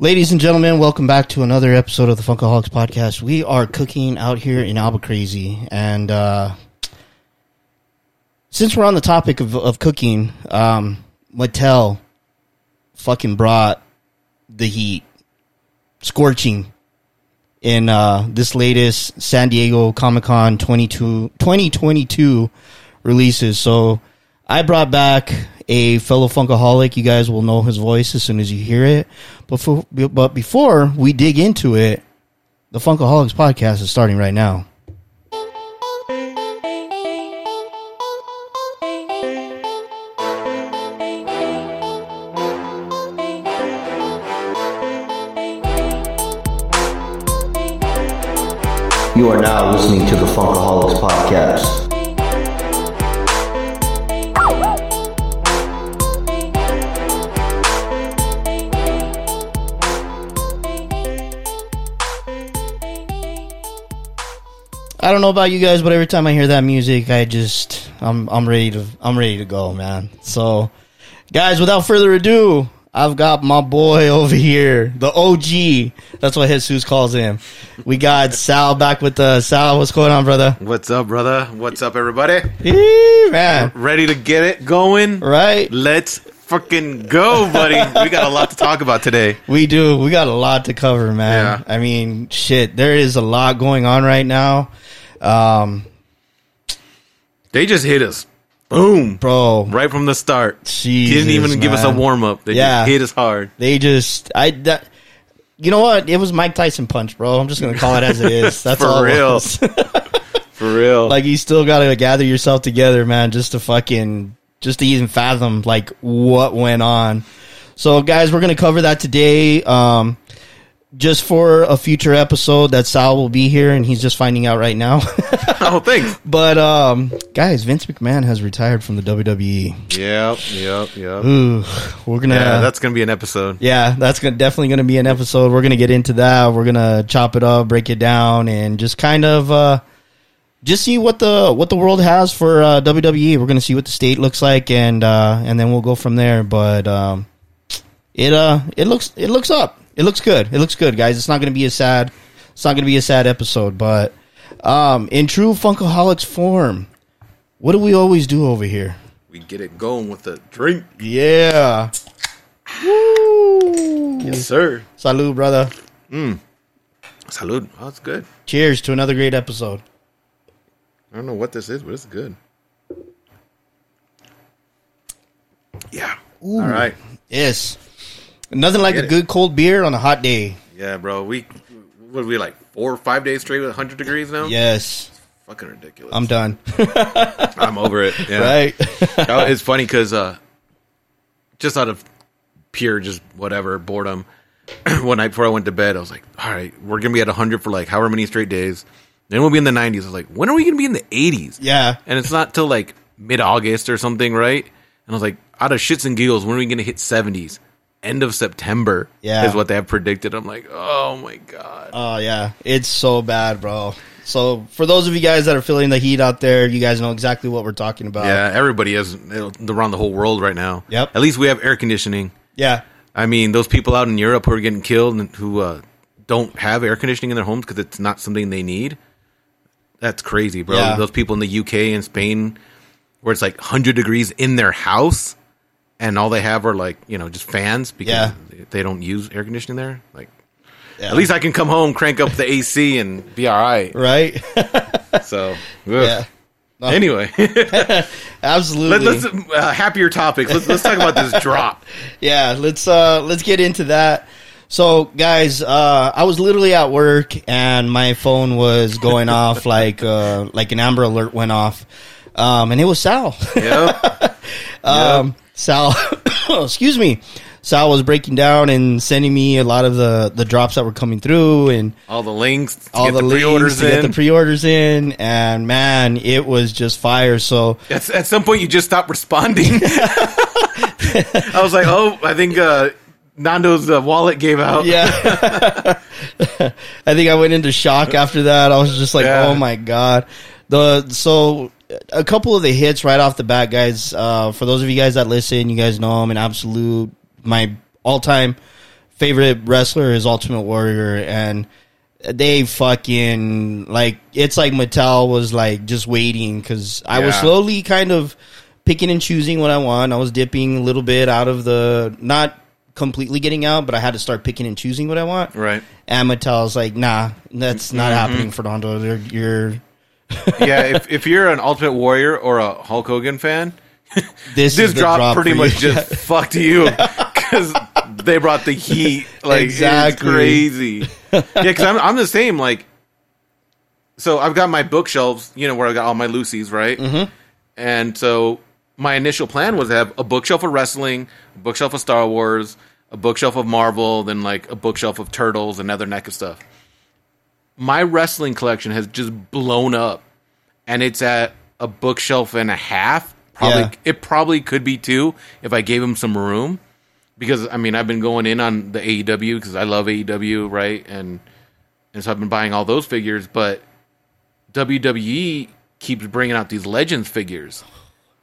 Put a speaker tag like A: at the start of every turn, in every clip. A: Ladies and gentlemen, welcome back to another episode of the Funkaholics podcast. We are cooking out here in Albuquerque, and uh, since we're on the topic of, of cooking, um, Mattel fucking brought the heat, scorching in uh, this latest San Diego Comic Con 22 2022 releases. So I brought back a fellow Funkaholic. You guys will know his voice as soon as you hear it. But, for, but before we dig into it, the Funkaholics podcast is starting right now.
B: You are now listening to the Funkaholics Podcast.
A: I don't know about you guys, but every time I hear that music, I just I'm I'm ready to I'm ready to go, man. So, guys, without further ado, I've got my boy over here, the OG. That's what Jesus calls him. We got Sal back with us. Sal, what's going on, brother?
C: What's up, brother? What's up, everybody?
A: Eee, man,
C: Ready to get it going?
A: right?
C: Let's fucking go, buddy. we got a lot to talk about today.
A: We do. We got a lot to cover, man.
C: Yeah.
A: I mean, shit, there is a lot going on right now, um,
C: They just hit us. Boom.
A: bro.
C: Right from the start.
A: Jesus,
C: Didn't even give us a
A: man.
C: warm up. They
A: Yeah.
C: just hit us hard.
A: They just I that, you know what? It was Mike Tyson punch, bro. I'm just gonna call it as it is. That's
C: For
A: all it
C: real.
A: was.
C: For real.
A: like you still gotta gather yourself together, man, just to fucking just to even fathom like what went on. So guys, we're gonna cover that today. Um just for a future episode that Sal will be here and he's just finding out right now.
C: oh, thanks.
A: but um guys, Vince McMahon has retired from the WWE.
C: Yep, yep, yep.
A: Ooh, we're gonna
C: Yeah, that's going to be an episode.
A: Yeah, that's gonna, definitely going to be an episode. We're going to get into that. We're going to chop it up, break it down, and just kind of uh, just see what the what the world has for uh, WWE. We're going to see what the state looks like, and uh, and then we'll go from there. But um, it uh it looks it looks up. It looks good. It looks good, guys. It's not going to be a sad. It's not going to be a sad episode, but um, in true Funkaholics form, what do we always do over here?
C: We get it going with a drink.
A: Yeah. Woo.
C: Yes, sir.
A: Salud, brother.
C: Salud. Oh, it's good.
A: Cheers to another great episode.
C: I don't know what this is, but it's good. Yeah. All right.
A: Yes. Nothing like
C: Get
A: a
C: it.
A: good cold beer on a hot day.
C: Yeah, bro. We what are we like four or five days straight with 100 degrees now?
A: Yes.
C: fucking ridiculous.
A: I'm done.
C: I'm over it. Yeah.
A: right?
C: Oh, it's funny because uh, just out of pure just whatever boredom, one night before I went to bed, I was like, all right, we're gonna be at 100 for like however many straight days. Then we'll be in the 90s. I was like, when are we gonna be in the 80s?
A: yeah.
C: And it's not till like mid August or something, right? And I was like, out of shits and giggles, when are we gonna hit 70s? End of September
A: Yeah.
C: is what they have predicted. I'm like, oh my god.
A: Oh, yeah. It's so bad, bro. So, for those of you guys that are feeling the heat out there, you guys know exactly what we're talking about.
C: Yeah, everybody is around the whole world right now.
A: Yep.
C: At least we have air conditioning.
A: Yeah.
C: I mean, those people out in Europe who are getting killed and who uh, don't have air conditioning in their homes because it's not something they need. That's crazy, bro.
A: Yeah.
C: Those people in the UK and Spain where it's like 100 degrees in their house and all they have are like, you know, just fans because
A: Yeah.
C: they- they don't use air conditioning there. Like,
A: Yeah.
C: at least I can come home, crank up the AC, and be all right.
A: Right?
C: So, ugh.
A: yeah.
C: anyway,
A: Absolutely.
C: let, us uh, happier topics. Let's, let's talk about this drop.
A: yeah let's uh let's get into that so guys uh i was literally at work and my phone was going off like uh like an amber alert went off um and it was sal
C: Yeah,
A: um sal excuse me sal was breaking down and sending me a lot of the the drops that were coming through and
C: all the links, to
A: all
C: get
A: the, leads
C: pre-orders
A: to get the
C: in.
A: pre-orders in and man it was just fire so
C: At, at some point, you just stop responding. I was like, oh, I think uh, Nando's uh, wallet gave out.
A: Yeah. I think I went into shock after that. I was just like,
C: Yeah.
A: "Oh my god." The so a couple of the hits right off the bat, guys. Uh, for those of you guys that listen, you guys know I'm an absolute my all-time favorite wrestler is Ultimate Warrior, and they fucking like it's like Mattel was like just waiting because I was
C: Yeah.
A: slowly kind of picking and choosing what I want. I was dipping a little bit out of the not completely getting out, but I had to start picking and choosing what I want.
C: Right. Mm-hmm.
A: And Mattel's like, nah, that's not happening, Fernando. You're, you're
C: yeah, if, if you're an Ultimate Warrior or a Hulk Hogan fan,
A: this,
C: this
A: is the
C: drop,
A: drop
C: pretty
A: for you.
C: much just fucked you because they brought the heat. Like it's
A: Exactly.
C: crazy. Yeah, because I'm I'm the same. Like, so I've got my bookshelves, you know, where I got all my Lucy's, right? Mm-hmm. And so my initial plan was to have a bookshelf of wrestling, a bookshelf of Star Wars, a bookshelf of Marvel, then like a bookshelf of Turtles, another neck of stuff. My wrestling collection has just blown up, and it's at a bookshelf and a half. Probably
A: Yeah.
C: it probably could be two if I gave him some room, because I mean I've been going in on the AEW because I love AEW, right? And and so I've been buying all those figures, but WWE keeps bringing out these Legends figures,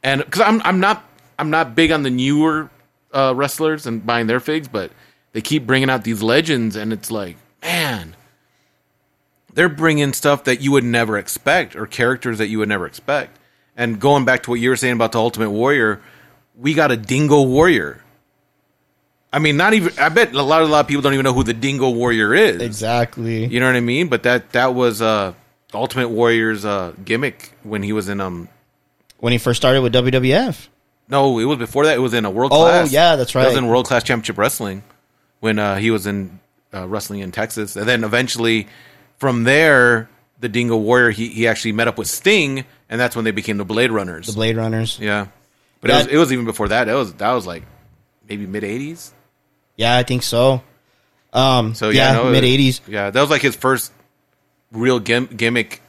C: and because I'm I'm not I'm not big on the newer uh, wrestlers and buying their figs, but they keep bringing out these Legends, and it's like man, they're bringing stuff that you would never expect or characters that you would never expect. And going back to what you were saying about the Ultimate Warrior, we got a Dingo Warrior. I mean, not even. I bet a lot, a lot of people don't even know who the Dingo Warrior is.
A: exactly.
C: You know what I mean? But that that was uh Ultimate Warrior's uh gimmick when he was in um
A: When he first started with WWF,
C: no, it was before that. It was in a world
A: Oh,
C: class.
A: yeah, that's
C: It was
A: right.
C: in world class championship wrestling when uh, he was in uh, wrestling in Texas, and then eventually from there, the Dingo Warrior he he actually met up with Sting, and that's when they became the Blade Runners.
A: the Blade Runners.
C: yeah, but it
A: That-
C: was it was even before that. That was that was like maybe mid eighties.
A: Yeah, I think so. Um,
C: So yeah,
A: yeah,
C: no, it-
A: mid '80s.
C: Yeah, that was like his first real gim- gimmick.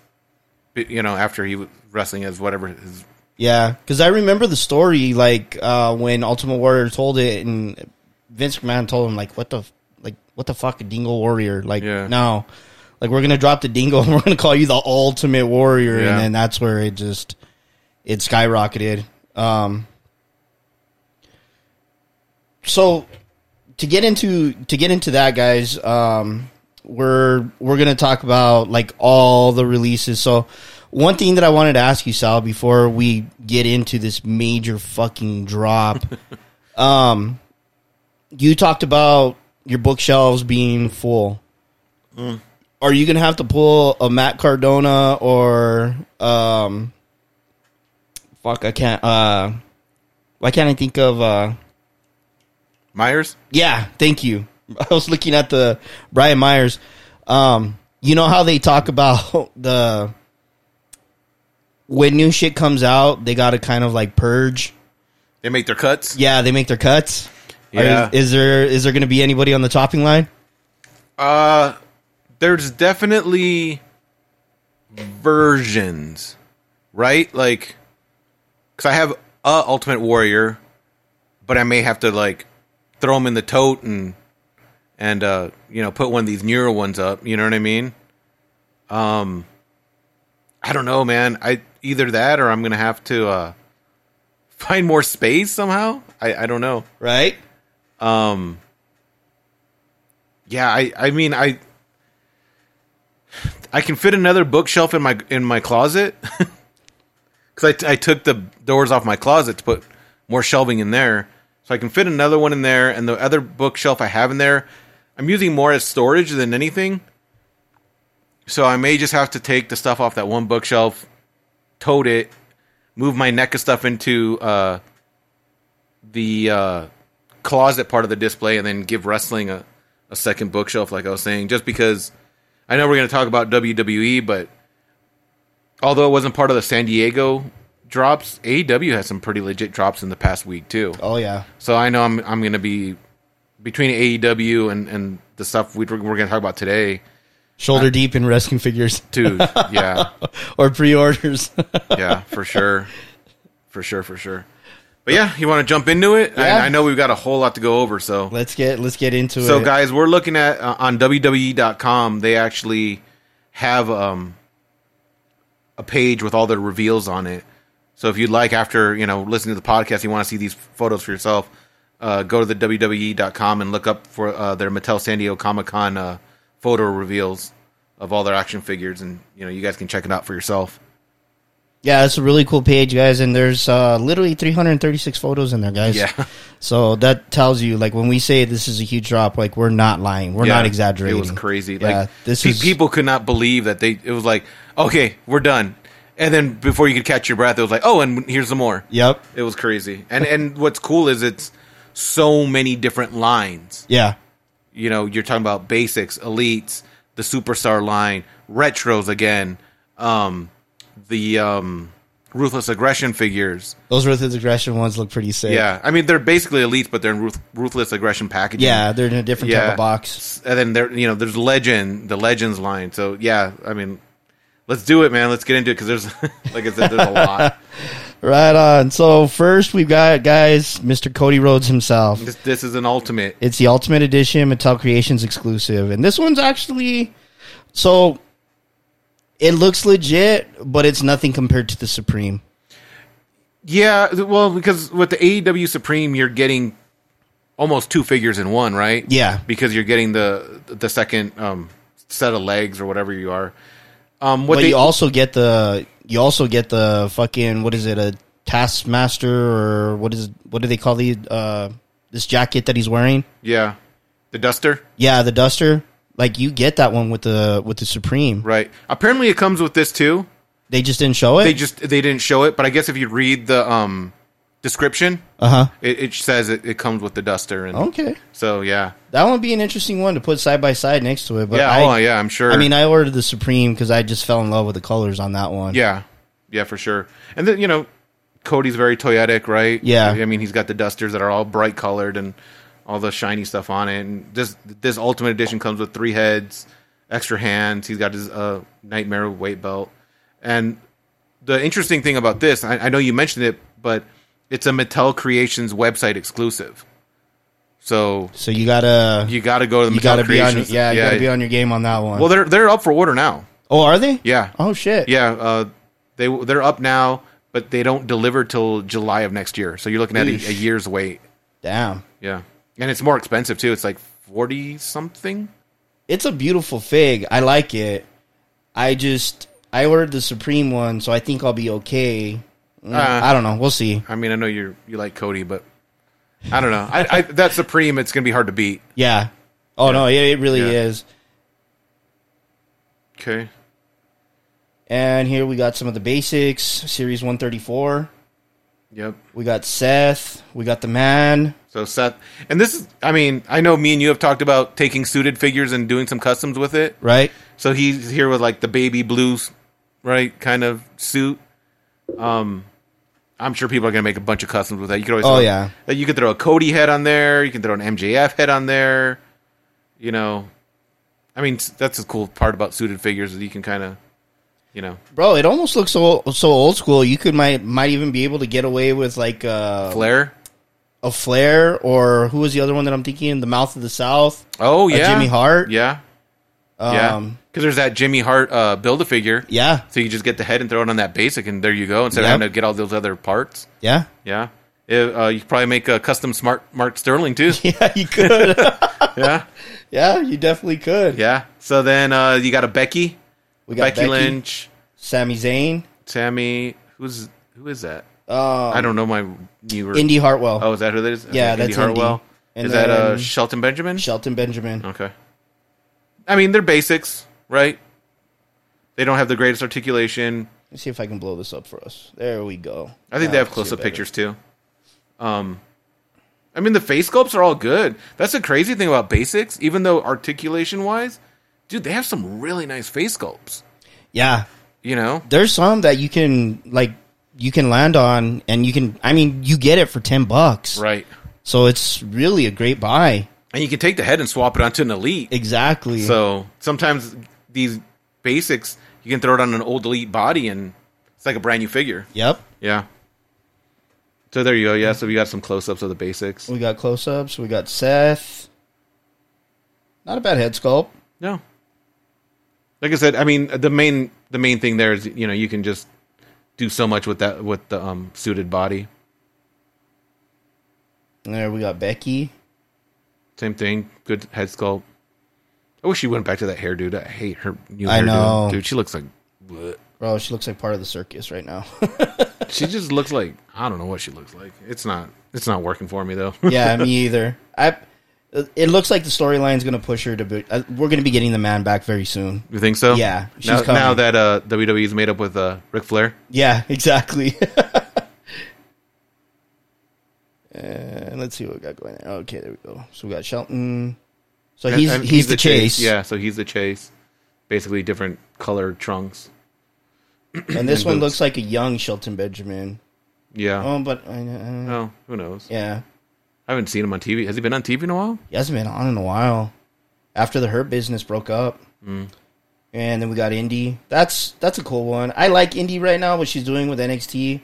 C: You know, after he was wrestling as whatever his
A: Yeah, because I remember the story, like uh, when Ultimate Warrior told it, and Vince McMahon told him, like, "What the, f- like, what the fuck, a Dingo Warrior? Like,
C: Yeah.
A: no, like we're gonna drop the Dingo, and we're gonna call you the Ultimate Warrior."
C: Yeah.
A: And then that's where it just it skyrocketed. Um, so to get into to get into that, guys, um, we're we're gonna talk about like all the releases. So one thing that I wanted to ask you, Sal, before we get into this major fucking drop, um, you talked about your bookshelves being full. Are you gonna have to pull a Matt Cardona or um, fuck? I can't. Uh, why can't I think of uh?
C: Myers.
A: Yeah, thank you. I was looking at the Brian Myers. Um, you know how they talk about the when new shit comes out, they got to kind of like purge.
C: They make their cuts.
A: Yeah, they make their cuts. Or
C: Yeah.
A: Is, is there is there going to be anybody on the chopping line?
C: Uh, there's definitely versions, right? Like, because I have a Ultimate Warrior, but I may have to like throw them in the tote and and uh, you know put one of these newer ones up. You know what I mean? Um, I don't know, man. I either that or I'm gonna have to uh find more space somehow. I I don't know.
A: Right.
C: Yeah, I I mean I I can fit another bookshelf in my in my closet because I, t- I took the doors off my closet to put more shelving in there, so I can fit another one in there. And the other bookshelf I have in there, I'm using more as storage than anything. So I may just have to take the stuff off that one bookshelf, tote it, move my neck of stuff into uh, the uh, closet part of the display, and then give wrestling a, a second bookshelf, like I was saying, just because I know we're going to talk about WWE, but although it wasn't part of the San Diego drops, AEW has some pretty legit drops in the past week too.
A: Oh yeah.
C: So I know I'm I'm gonna be between AEW and and the stuff we, we're gonna talk about today,
A: Shoulder deep in wrestling figures
C: dude. Yeah,
A: or pre-orders.
C: yeah, for sure, for sure, for sure. But yeah, you want to jump into it?
A: Yeah.
C: I, I know we've got a whole lot to go over, so
A: let's get let's get into
C: So
A: it.
C: guys, we're looking at uh, on WWE.com. They actually have um, a page with all the reveals on it. So if you'd like, after you know, listening to the podcast, you want to see these photos for yourself, uh, go to the WWE.com and look up for uh, their Mattel San Diego Comic Con uh, photo reveals of all their action figures, and you know you guys can check it out for yourself.
A: Yeah, it's a really cool page, guys, and there's uh, literally 336 photos in there, guys.
C: Yeah.
A: So that tells you, like, when we say this is a huge drop, like, we're not lying, we're
C: Yeah,
A: not exaggerating.
C: It was crazy. Like
A: Yeah, this
C: pe-
A: is
C: people could not believe that they. It was like, okay, we're done, and then before you could catch your breath, it was like, oh, and here's some more.
A: Yep.
C: It was crazy. And and what's cool is it's so many different lines.
A: Yeah.
C: You know, you're talking about basics, elites, the superstar line, retros again, um, the um, ruthless aggression figures.
A: Those ruthless aggression ones look pretty sick.
C: Yeah, I mean they're basically elites, but they're in ruth- ruthless aggression packaging.
A: Yeah, they're in a different type
C: Yeah.
A: of box.
C: and then there, you know, there's legend, the legends line. So yeah, I mean, let's do it, man. Let's get into it because there's, like I said, there's a lot.
A: Right on. So first we've got guys, Mr. Cody Rhodes himself.
C: This, this is an ultimate.
A: It's the Ultimate Edition, Mattel Creations exclusive, and this one's actually so. It looks legit, but it's nothing compared to the Supreme.
C: Yeah, th- well, because with the AEW Supreme, you're getting almost two figures in one, right?
A: Yeah.
C: because you're getting the the second um, set of legs or whatever you are. Um, what
A: But
C: they
A: you also get the you also get the fucking what is it a Taskmaster or what is what do they call the uh, this jacket that he's wearing?
C: yeah, the duster,
A: Yeah, the duster. Like you get that one with the with the Supreme.
C: right? Apparently, it comes with this too.
A: They just didn't show it.
C: They just they didn't show it, but I guess if you read the um, description,
A: uh huh.
C: it, it says it, it comes with the duster and
A: Okay,
C: so yeah,
A: that would be an interesting one to put side by side next to it. But
C: yeah,
A: I,
C: oh yeah, I'm sure.
A: I mean, I ordered the Supreme because I just fell in love with the colors on that one.
C: Yeah, yeah, for sure. And then you know, Cody's very toyetic, right?
A: Yeah.
C: I mean, he's got the dusters that are all bright colored and all the shiny stuff on it. And this this Ultimate Edition comes with three heads, extra hands. He's got his uh, Nightmare weight belt. And the interesting thing about this, I, I know you mentioned it, but it's a Mattel Creations website exclusive. So
A: So you gotta you,
C: you got to go to the Mattel
A: gotta be on
C: Creations.
A: yeah, you gotta be on your game on that one.
C: Well, they're they're up for order now.
A: oh, are they?
C: Yeah.
A: Oh shit.
C: Yeah, uh, they they're up now, but they don't deliver till July of next year. So you're looking at a,
A: Eesh.
C: a year's wait.
A: Damn.
C: Yeah, and it's more expensive too. It's like forty something.
A: It's a beautiful fig. I like it. I just I ordered the Supreme one, so I think I'll be okay. Mm,
C: Uh.
A: I don't know. We'll see.
C: I mean, I know you you like Cody, but I don't know. I, I that Supreme, it's gonna be hard to beat.
A: Yeah. Oh no, it, it really
C: Yeah.
A: is.
C: Okay,
A: And here we got some of the basics. Series one thirty four.
C: yep.
A: We got Seth. We got the man.
C: So Seth, and this is, I mean, I know me and you have talked about taking suited figures and doing some customs with it.
A: Right.
C: So he's here with like the baby blues, right? Kind of suit. Um, I'm sure people are gonna make a bunch of customs with that. You could always,
A: Oh,
C: throw-
A: yeah.
C: uh, you could throw a Cody head on there. You can throw an MJF head on there. You know, I mean s- that's the cool part about suited figures is you can kind of, you know,
A: Bro, it almost looks so so old school. You could might might even be able to get away with like uh,
C: flare.
A: a Flair or who was the other one that I'm thinking? The Mouth of the South.
C: Oh yeah,
A: Jimmy Hart?
C: Yeah, yeah. Because
A: Um,
C: there's that Jimmy Hart uh, build a figure.
A: yeah,
C: So you just get the head and throw it on that basic, and there you go. Instead
A: Yep.
C: of having to get all those other parts.
A: yeah,
C: Yeah. It, uh, you could probably make a custom smart Mark Sterling too.
A: yeah. You could.
C: yeah.
A: yeah, you definitely could.
C: Yeah. So then uh, you got a Becky,
A: We got
C: Becky,
A: Becky,
C: Lynch,
A: Sami Zayn,
C: Tammy. Who's who is that? I
A: um,
C: don't know my newer.
A: Indy Hartwell,
C: Oh, is that who that is?
A: Yeah,
C: Indy
A: that's Indy.
C: Hartwell.
A: And
C: is that uh, Oh.
A: then-
C: Shelton Benjamin?
A: Shelton Benjamin.
C: okay. I mean, they're basics, right? They don't have the greatest articulation.
A: Let's see if I can blow this up for us. There we go.
C: I think
A: Now
C: they
A: I can
C: have
A: see
C: close
A: it
C: up
A: better.
C: pictures too. Um, I mean the face sculpts are all good. That's the crazy thing about basics, even though articulation wise, dude, they have some really nice face sculpts.
A: Yeah,
C: You know,
A: there's some that you can like you can land on, and you can. I mean, you get it for ten bucks,
C: right?
A: so it's really a great buy.
C: And you can take the head and swap it onto an elite.
A: Exactly.
C: So sometimes these basics, you can throw it on an old elite body, and it's like a brand new figure.
A: yep.
C: Yeah. So there you go. Yeah. So we got some close ups of the basics.
A: We got close ups. We got Seth. Not a bad head sculpt.
C: No. Like I said, I mean the main the main thing there is you know you can just do so much with that with the um, suited body.
A: And there we got Becky.
C: Same thing. Good head sculpt. I wish she went back to that hairdo. I hate her new
A: I
C: hairdo.
A: know.
C: Dude, she looks like. bleh.
A: Bro, she looks like part of the circus right now.
C: She just looks like I don't know what she looks like. It's not. It's not working for me though.
A: yeah, me either. I. It looks like the storyline's going to push her to. Be, uh, we're going to be getting the man back very soon.
C: you think so?
A: Yeah, she's
C: now,
A: coming.
C: now that uh, WWE's made up with uh, Ric Flair,
A: Yeah, exactly. and let's see what we got going there. Okay, there we go. So we got Shelton. So he's
C: And
A: he's, the, chase.
C: Yeah, so he's the chase. Basically, different colored trunks.
A: And this
C: And
A: one
C: boots.
A: looks like a young Shelton Benjamin.
C: Yeah.
A: Oh, but I uh,
C: Oh, who knows?
A: yeah,
C: I haven't seen him on TV. Has he been on TV in a while?
A: he hasn't been on in a while. After the Hurt Business broke up, and then we got Indy. That's that's a cool one. I like Indy right now. What she's doing with NXT.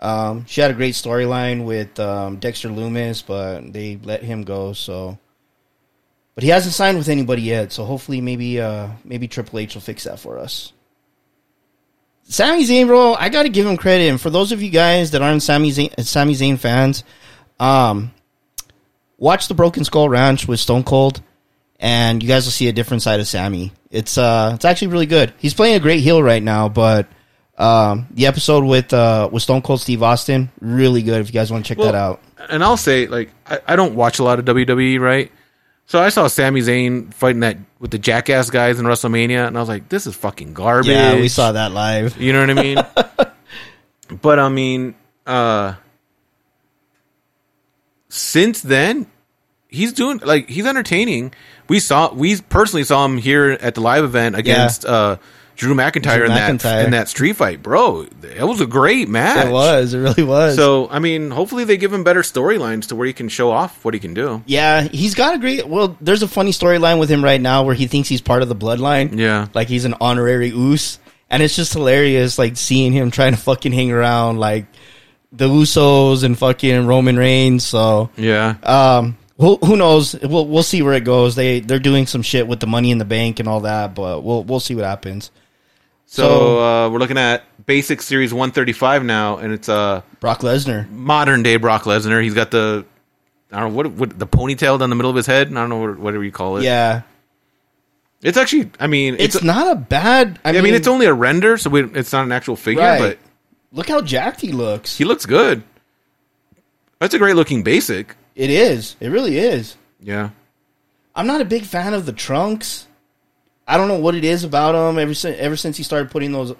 A: Um, she had a great storyline with um, Dexter Loomis, but they let him go. So, but he hasn't signed with anybody yet. So hopefully, maybe uh, maybe Triple H will fix that for us. Sami Zayn, bro, I gotta give him credit. And for those of you guys that aren't Sami Zayn, Sami Zayn fans, um, watch the Broken Skull Ranch with Stone Cold, and you guys will see a different side of Sammy. It's uh, it's actually really good. He's playing a great heel right now, but um, the episode with uh with Stone Cold Steve Austin really good. If you guys want to check that out,
C: And I'll say, like, I, I don't watch a lot of WWE, right? So I saw Sami Zayn fighting that with the jackass guys in WrestleMania, and I was like, this is fucking garbage.
A: yeah, we saw that live.
C: You know what I mean? but I mean, uh since then, he's doing like he's entertaining. We saw we personally saw him here at the live event against uh Drew McIntyre,
A: Drew
C: in
A: McIntyre.
C: that in that street fight, bro. It was a great match.
A: It was, it really was.
C: So I mean, hopefully they give him better storylines to where he can show off what he can do.
A: yeah, he's got a great. Well, there's a funny storyline with him right now where he thinks he's part of the bloodline.
C: Yeah.
A: like he's an honorary Oos, and it's just hilarious. Like seeing him trying to fucking hang around like the Usos and fucking Roman Reigns. So
C: Yeah.
A: um, who, who knows? We'll we'll see where it goes. They they're doing some shit with the money in the bank and all that, but we'll we'll see what happens.
C: So, uh, we're looking at Basic Series 135 now, and it's uh
A: Brock Lesnar.
C: modern day Brock Lesnar. He's got the I don't know what, what the ponytail down the middle of his head. I don't know what, whatever you call it.
A: Yeah,
C: it's actually. I mean,
A: it's,
C: it's.
A: not a bad. I,
C: I
A: mean,
C: mean, it's only a render, so we, it's not an actual figure,
A: Right.
C: but
A: look how jacked he looks.
C: he looks good. That's a great looking basic.
A: it is. It really is.
C: Yeah,
A: I'm not a big fan of the trunks. I don't know what it is about them. Ever since ever since he started putting those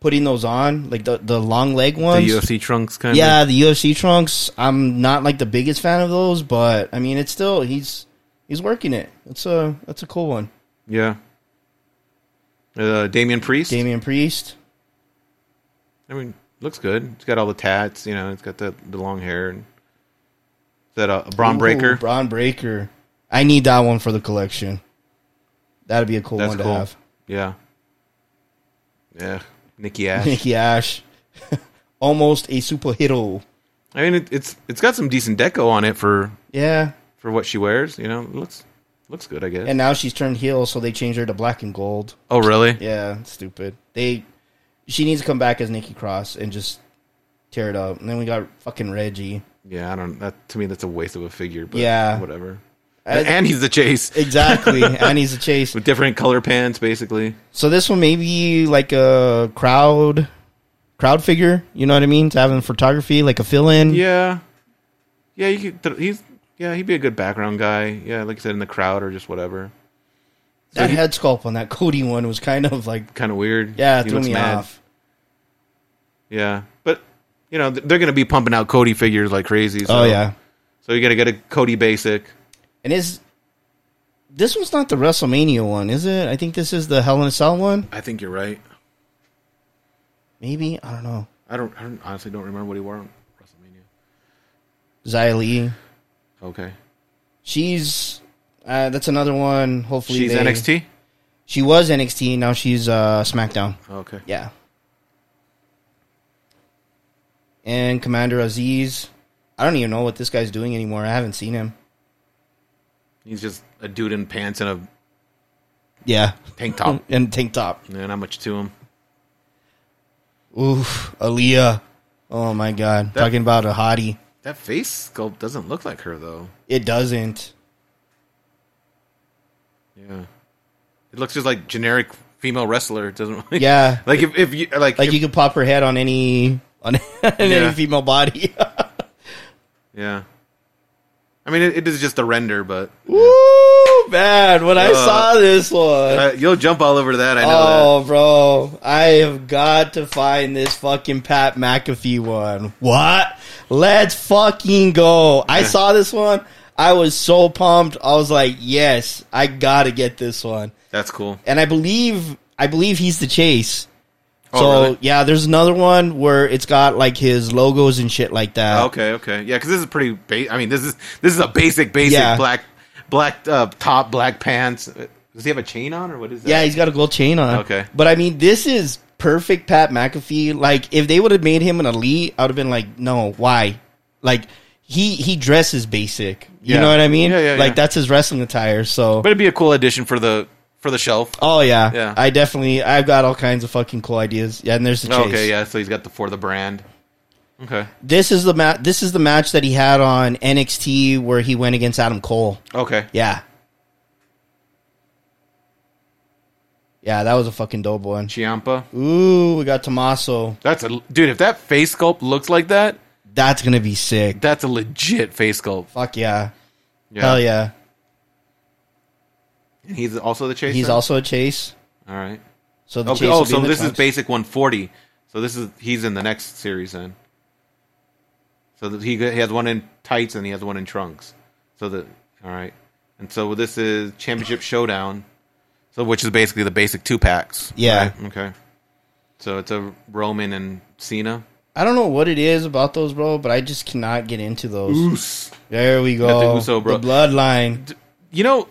A: putting those on, like the the long leg
C: the
A: ones.
C: UFC trunks kind
A: yeah, the UFC trunks. I'm not like the biggest fan of those, but I mean, it's still he's he's working it. It's a that's a cool one.
C: yeah. Uh, Damian Priest.
A: Damian Priest.
C: I mean, looks good. It's got all the tats. You know, it's got the, the long hair. And, is that a, a Braun
A: Ooh,
C: Breaker?
A: Braun Breaker. I need that one for the collection. That'd be a cool
C: That's
A: one
C: cool.
A: to have.
C: Yeah. Yeah. Nikki Ash.
A: Nicky Ash, almost a superhero.
C: I mean, it, it's it's got some decent deco on it for
A: Yeah,
C: for what she wears. You know, it looks looks good, I guess.
A: and now she's turned heel, so they changed her to black and gold.
C: oh, really?
A: Yeah, stupid. They she needs to come back as Nikki Cross and just tear it up. And then we got fucking Reggie.
C: Yeah, I don't. That to me, that's a waste of a figure. But
A: Yeah. I-
C: whatever. And, and he's the chase
A: Exactly. and he's a chase.
C: with different color pants, basically.
A: So this one may be like a crowd crowd figure, you know what I mean? To have in photography, like a fill in.
C: Yeah, yeah. You could, th- he's yeah. He'd be a good background guy. Yeah, like I said, in the crowd or just whatever.
A: that
C: he-
A: head sculpt on that Cody one was kind of like
C: Kind of weird.
A: yeah, it
C: He
A: threw
C: looks
A: me
C: mad.
A: off.
C: Yeah, but you know th- they're gonna be pumping out Cody figures like crazy. So,
A: Oh yeah.
C: So you gotta get a Cody basic.
A: And is this one's not the WrestleMania one, is it? I think this is the Hell in a Cell one.
C: I think you're right.
A: Maybe I don't know.
C: I don't, I don't honestly don't remember what he wore on WrestleMania.
A: Xia Li.
C: Okay.
A: She's uh, that's another one. Hopefully,
C: She's
A: they-
C: NXT?
A: She was NXT. Now she's uh, SmackDown.
C: Oh, Okay.
A: Yeah. And Commander Aziz. I don't even know what this guy's doing anymore. I haven't seen him.
C: He's just a dude in pants and a
A: Yeah.
C: tank top.
A: And tank top.
C: yeah, not much to him.
A: Oof. Aaliyah. Oh my god. Talking about a hottie.
C: That face sculpt doesn't look like her though.
A: It doesn't.
C: Yeah, it looks just like generic female wrestler. It doesn't really-
A: Yeah.
C: like if, if you like,
A: Like
C: if-
A: you could pop her head on any on
C: Yeah.
A: any female body.
C: yeah. I mean, it, it is just a render, but
A: Woo, man! When I
C: Uh,
A: saw this one,
C: uh, you'll jump all over that. I know
A: oh, bro, I have got to find this fucking Pat McAfee one. What? Let's fucking go! I saw this one. I was so pumped. I was like, yes, I gotta get this one.
C: that. That's cool.
A: And I believe, I believe he's the chase.
C: Oh,
A: so
C: really?
A: yeah, there's another one where it's got like his logos and shit like that.
C: Okay, okay, yeah, because this is pretty. Ba- I mean, this is this is a basic, basic
A: Yeah.
C: black, black uh, top, black pants. Does he have a chain on, or what is that?
A: Yeah, he's got a gold chain on.
C: Okay.
A: But I mean, this is perfect Pat McAfee. Like, if they would have made him an elite, I would have been like, no, why? Like, he he dresses basic. You
C: Yeah.
A: know what I mean?
C: Yeah, yeah,
A: like,
C: yeah.
A: that's his wrestling attire. So.
C: but it'd be a cool addition for the for the shelf.
A: Oh yeah.
C: Yeah.
A: I definitely I've got all kinds of fucking cool ideas. Yeah, and there's the chase.
C: Oh, Okay, yeah. So he's got the for the brand. Okay,
A: This is the ma- this is the match that he had on NXT where he went against Adam Cole.
C: okay.
A: Yeah. Yeah, that was a fucking dope one.
C: Chiampa.
A: Ooh, we got Tommaso.
C: That's a dude. If that face sculpt looks like that,
A: That's gonna be sick.
C: that's a legit face sculpt.
A: Fuck yeah. Hell yeah.
C: And he's also the chaser.
A: He's also a chase.
C: all right.
A: So the
C: Okay.
A: chase
C: Oh,
A: will be
C: so
A: in the
C: this is
A: trunks.
C: basic 140. So this is he's in the next series then. So that he, he has one in tights and he has one in trunks. So that all right. And so this is championship showdown. So which is basically the basic two packs.
A: Yeah.
C: right? Okay. So it's a Roman and Cena.
A: I don't know what it is about those, bro, but I just cannot get into those. There we
C: Got the
A: go.
C: Uso, bro.
A: The bloodline.
C: you know,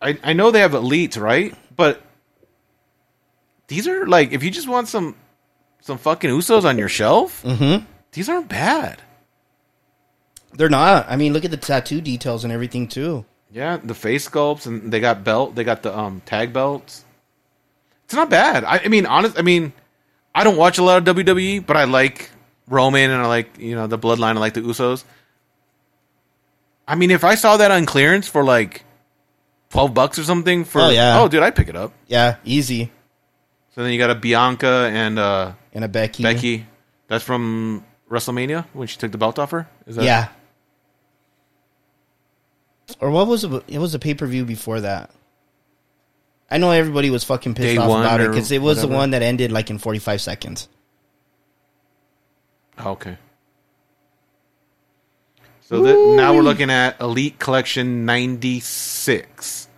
C: I I know they have elites, right? But these are like if you just want some some fucking Usos on your shelf,
A: Mm-hmm.
C: these aren't bad.
A: They're not. I mean, look at the tattoo details and everything too.
C: Yeah, the face sculpts and they got belt, they got the um tag belts. It's not bad. I, I mean, honest, I mean, I don't watch a lot of WWE, but I like Roman and I like you know the Bloodline. I like the Usos. I mean, if I saw that on clearance for like twelve bucks or something for
A: Oh, yeah.
C: oh dude, I'd pick it up.
A: Yeah, easy.
C: So then you got a Bianca and uh,
A: And a Becky.
C: Becky. That's from WrestleMania when she took the belt off her. Is that
A: Yeah. Or what was it? It was a pay per view before that. I know everybody was fucking pissed
C: Day
A: off
C: one
A: about it
C: or
A: because it was the
C: whatever.
A: one that ended like in 45 seconds.
C: Oh, okay. So that now we're looking at Elite Collection '96.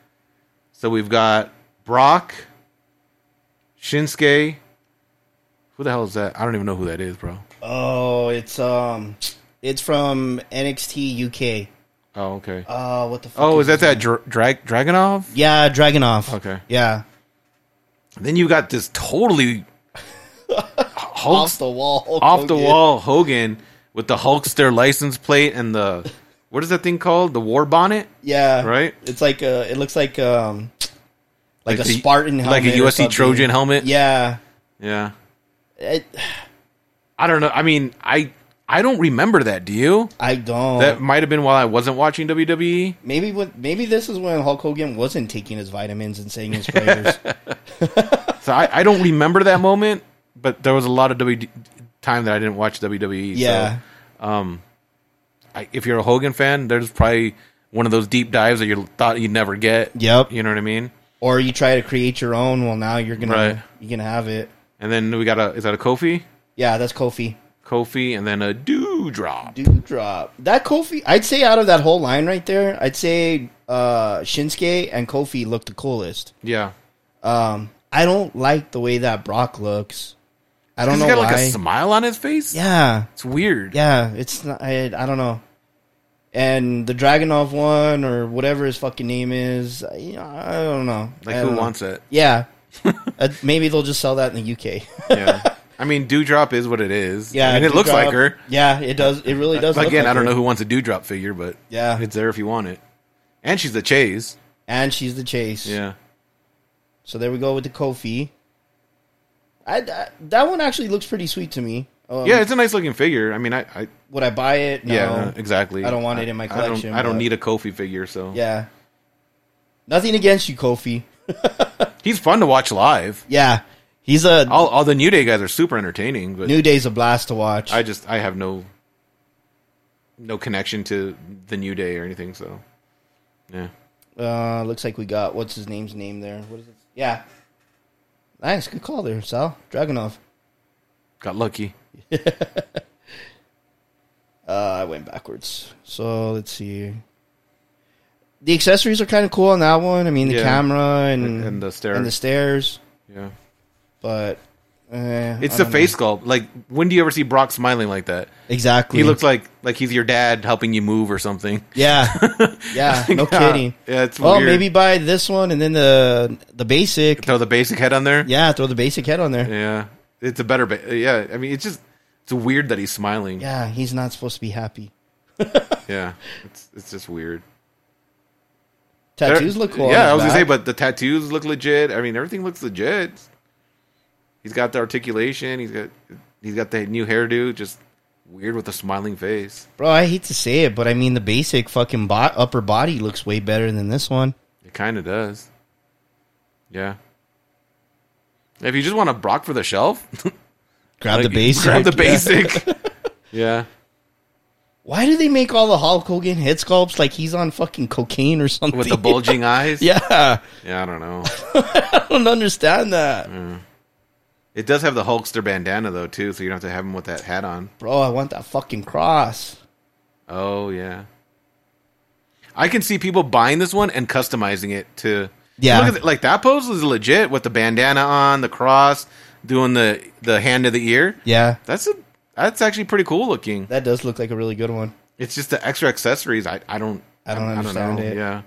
C: So we've got Brock, Shinsuke. Who the hell is that? I don't even know who that is, bro.
A: Oh, it's um, it's from NXT UK.
C: Oh, okay.
A: Uh, what the? Fuck
C: oh, is that
A: his
C: that
A: name?
C: Dra- Drag Dragonov?
A: Yeah, Dragonov.
C: Okay.
A: Yeah,
C: Then you got this totally Hulk
A: off the wall. Hulk
C: off the
A: Hogan.
C: wall Hogan with the Hulkster license plate and the what is that thing called? The war bonnet?
A: Yeah.
C: Right?
A: It's like a. It looks like um, like, a
C: the-
A: Spartan helmet,
C: like a
A: or
C: USC
A: something.
C: Trojan helmet.
A: Yeah.
C: yeah.
A: It,
C: I don't know. I mean, I I don't remember that. Do you?
A: I don't.
C: That might have been while I wasn't watching E. WWE.
A: maybe what? Maybe this is when Hulk Hogan wasn't taking his vitamins and saying his prayers.
C: So I, I don't remember that moment. But there was a lot of WD time that I didn't watch WWE. so,
A: Yeah.
C: I, if you're a Hogan fan, there's probably one of those deep dives that you thought you'd never get.
A: Yep.
C: You know what I mean?
A: Or you try to create your own. Well, now you're gonna
C: Right.
A: you're gonna have it.
C: And then we got a is that a Kofi?
A: Yeah, that's Kofi.
C: Kofi, and then a Dewdrop.
A: Dewdrop. That Kofi, I'd say out of that whole line right there, I'd say uh, Shinsuke and Kofi look the coolest.
C: Yeah.
A: Um, I don't like the way that Brock looks. I don't
C: He's
A: know
C: got
A: why.
C: like a smile on his face.
A: yeah,
C: It's weird.
A: yeah. It's not. I, I don't know. And the Dragonov one or whatever his fucking name is, I, I don't know.
C: Like
A: I
C: who
A: don't know.
C: wants it?
A: Yeah. Uh, maybe they'll just sell that in the UK.
C: Yeah. I mean, Dewdrop is what it is.
A: yeah,
C: I mean, it looks
A: Dewdrop.
C: like her.
A: Yeah, it does. It really does. look
C: Again,
A: like
C: I don't
A: her.
C: know who wants a Dewdrop figure, but
A: Yeah.
C: it's there if you want it. And she's the Chase.
A: And she's the chase.
C: Yeah.
A: So there we go with the Kofi. I, that, that one actually looks pretty sweet to me. Um,
C: yeah, it's a nice looking figure. I mean, I, I
A: Would I buy it? No.
C: yeah, exactly.
A: I don't want it in my
C: I don't-
A: collection,
C: I don't,
A: but-
C: need a Kofi figure, so
A: Yeah. Nothing against you, Kofi.
C: he's fun to watch live.
A: Yeah, he's a
C: All, all the New Day guys are super entertaining, but
A: New Day's a blast to watch.
C: I just I have no no connection to the New Day or anything. So yeah,
A: Uh, looks like we got what's his name's name there. What is it? Yeah. Nice, good call there, Sal Dragunov.
C: got lucky.
A: Uh, I went backwards. So let's see. The accessories are kind of cool on that one. I mean, the
C: Yeah.
A: camera and
C: And the stairs.
A: and the stairs,
C: Yeah,
A: but eh,
C: it's
A: I
C: the
A: don't
C: face
A: know.
C: sculpt. Like when do you ever see Brock smiling like that?
A: Exactly.
C: He looks like like he's your dad helping you move or something.
A: yeah, yeah. No
C: Yeah.
A: kidding.
C: Yeah, it's
A: well,
C: weird.
A: maybe buy this one and then the the basic.
C: Throw the basic head on there.
A: Yeah, throw the basic head on there.
C: Yeah, it's a better. Ba- yeah, I mean, it's just it's weird that he's smiling. Yeah,
A: Yeah, he's not supposed to be happy.
C: it's it's just weird.
A: Tattoos
C: They're-
A: look cool. on
C: Yeah,
A: his
C: I was gonna
A: back.
C: say, but the tattoos look legit. I mean, everything looks legit. He's got the articulation. He's got he's got the new hairdo. Just weird with a smiling face.
A: Bro, I hate to say it, but I mean the basic fucking bo- upper body looks way better than this one.
C: It kind of does. Yeah. If you just want to Brock for the shelf,
A: Grab
C: like,
A: the basic.
C: Grab the
A: Yeah.
C: basic. yeah.
A: Why do they make all the Hulk Hogan head sculpts like he's on fucking cocaine or something?
C: With the bulging eyes.
A: yeah,
C: Yeah, I don't know.
A: I don't understand that,
C: It does have the Hulkster bandana though too, so you don't have to have him with that hat on.
A: bro. I want that fucking cross.
C: Oh yeah. I can see people buying this one and customizing it to
A: Yeah.
C: Look at it, like that pose is legit with the bandana on, the cross, doing the the hand of the ear.
A: Yeah,
C: That's a that's actually pretty cool looking.
A: that does look like a really good one.
C: It's just the extra accessories. I I don't
A: I don't understand
C: know.
A: it.
C: Yeah.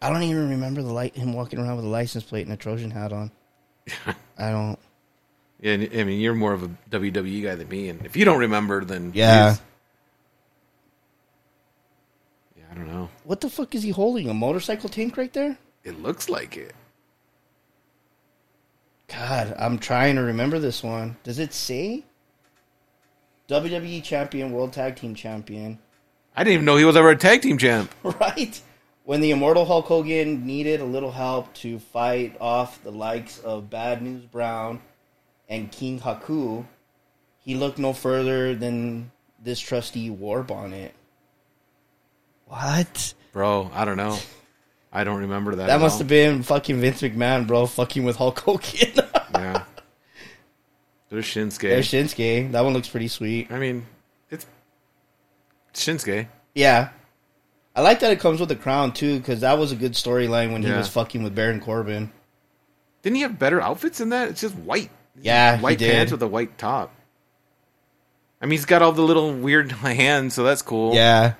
A: I don't even remember the light him walking around with a license plate and a Trojan hat on. I don't.
C: Yeah, and- I mean you're more of a WWE guy than me, and if you don't remember, then
A: Yeah.
C: please. yeah, I don't know.
A: What the fuck is he holding? A motorcycle tank right there?
C: It looks like it.
A: God, I'm trying to remember this one. Does it say? WWE Champion, World Tag Team Champion.
C: I didn't even know he was ever a tag team champ.
A: Right? When the immortal Hulk Hogan needed a little help to fight off the likes of Bad News Brown and King Haku, he looked no further than this trusty war bonnet. What?
C: Bro, I don't know. I don't remember that.
A: That
C: at
A: must
C: all.
A: have been fucking Vince McMahon, bro, fucking with Hulk Hogan.
C: Yeah. There's Shinsuke.
A: There's Shinsuke. That one looks pretty sweet.
C: I mean, it's Shinsuke.
A: Yeah. I like that it comes with a crown too, because that was a good storyline when he
C: Yeah.
A: was fucking with Baron Corbin.
C: Didn't he have better outfits than that? It's just white.
A: Yeah, he
C: white
A: did.
C: pants with a white top. I mean, he's got all the little weird hands, so that's cool.
A: Yeah,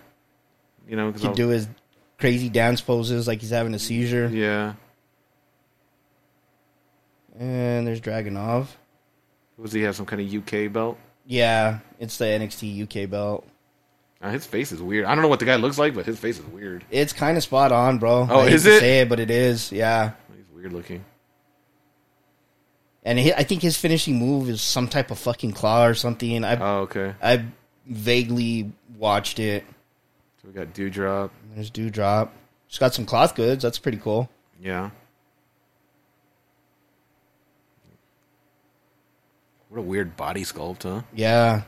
C: you know, 'cause
A: he
C: I'll-
A: could do his crazy dance poses like he's having a seizure.
C: yeah.
A: And there's Dragonov.
C: Was he have some kind of UK belt?
A: Yeah, it's the NXT UK belt.
C: Uh, his face is weird. I don't know what the guy looks like, but his face is weird.
A: It's kind of spot on, bro.
C: Oh,
A: I hate
C: is
A: to
C: it?
A: Say it, but it is. Yeah,
C: He's weird looking.
A: and he, I think his finishing move is some type of fucking claw or something. I
C: Oh, okay.
A: I vaguely watched it.
C: So we got Dewdrop.
A: There's Dewdrop. She's got some cloth goods. That's pretty cool.
C: Yeah. What a weird body sculpt, huh?
A: Yeah,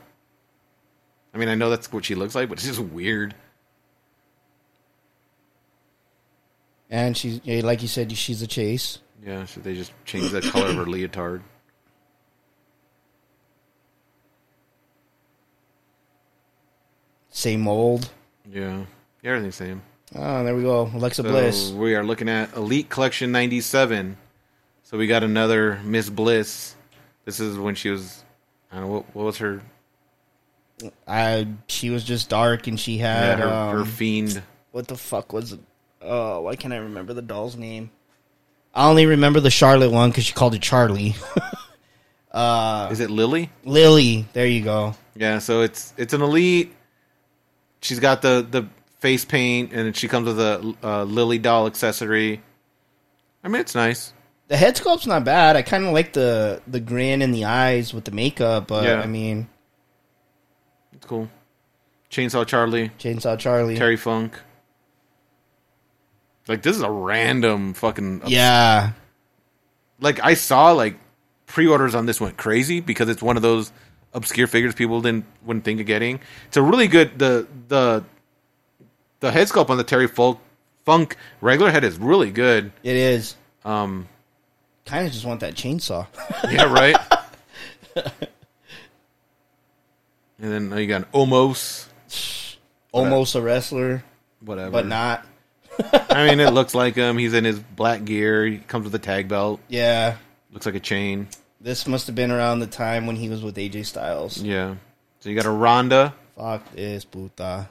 C: I mean, I know that's what she looks like, but it's just weird.
A: and she's yeah, like you said, she's a chase.
C: Yeah, so they just changed the color of her leotard.
A: Same mold.
C: Yeah. yeah everything's same.
A: Oh, there we go. Alexa
C: So
A: Bliss.
C: we are looking at Elite Collection 97. So we got another Miss Bliss. This is when she was, I don't know, what, what was her,
A: I she was just dark and she
C: yeah,
A: had
C: her, her
A: um,
C: fiend.
A: what the fuck was it? Oh, why can't I remember the doll's name? I only remember the Charlotte one because she called it Charlie. uh,
C: Is it Lily?
A: Lily, there you go.
C: Yeah, so it's it's an elite. She's got the the face paint, and she comes with a uh, lily doll accessory. I mean, it's nice.
A: The head sculpt's not bad. I kind of like the the grin and the eyes with the makeup, but
C: Yeah.
A: I mean,
C: It's cool. Chainsaw Charlie,
A: Chainsaw Charlie.
C: Terry Funk. Like this is a random fucking
A: yeah,
C: like I saw like pre-orders on this went crazy because it's one of those obscure figures people didn't wouldn't think of getting. It's a really good the the the head sculpt on the Terry Funk Funk regular head is really good.
A: it is.
C: Um,
A: Kind of just want that chainsaw.
C: yeah, right. and then oh, you got an Omos,
A: Almost a wrestler,
C: whatever.
A: but not.
C: I mean, it looks like him. He's in his black gear. He comes with a tag belt.
A: Yeah,
C: Looks like a chain.
A: this must have been around the time when he was with AJ Styles.
C: Yeah. So you got a Ronda.
A: Fuck this, puta.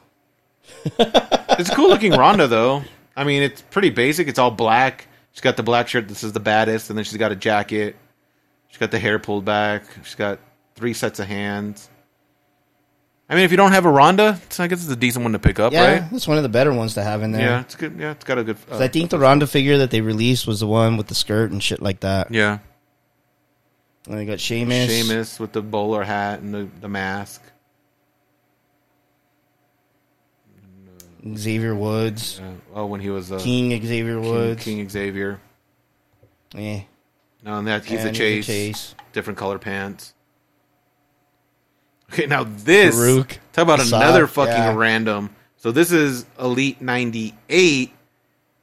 C: It's a cool looking Ronda though. I mean, it's pretty basic. It's all black. She's got the black shirt. This is the baddest, and then she's got a jacket. She's got the hair pulled back. She's got three sets of hands. I mean, if you don't have a Ronda, it's- I guess it's a decent one to pick up,
A: Yeah,
C: right?
A: that's one of the better ones to have in there.
C: Yeah, it's good. Yeah, it's got a good. uh,
A: 'Cause I think the Ronda figure that they released was the one with the skirt and shit like that.
C: yeah,
A: And they got Sheamus.
C: Sheamus with the bowler hat and the, the mask.
A: Xavier Woods.
C: Uh, oh, when he was uh, King,
A: King Xavier Woods.
C: King Xavier.
A: Eh.
C: No, and that he's
A: And
C: a chase.
A: Chase.
C: Different color pants. Okay, now this
A: Farouk.
C: talk about
A: Assad,
C: another fucking
A: yeah.
C: random. So this is Elite ninety eight,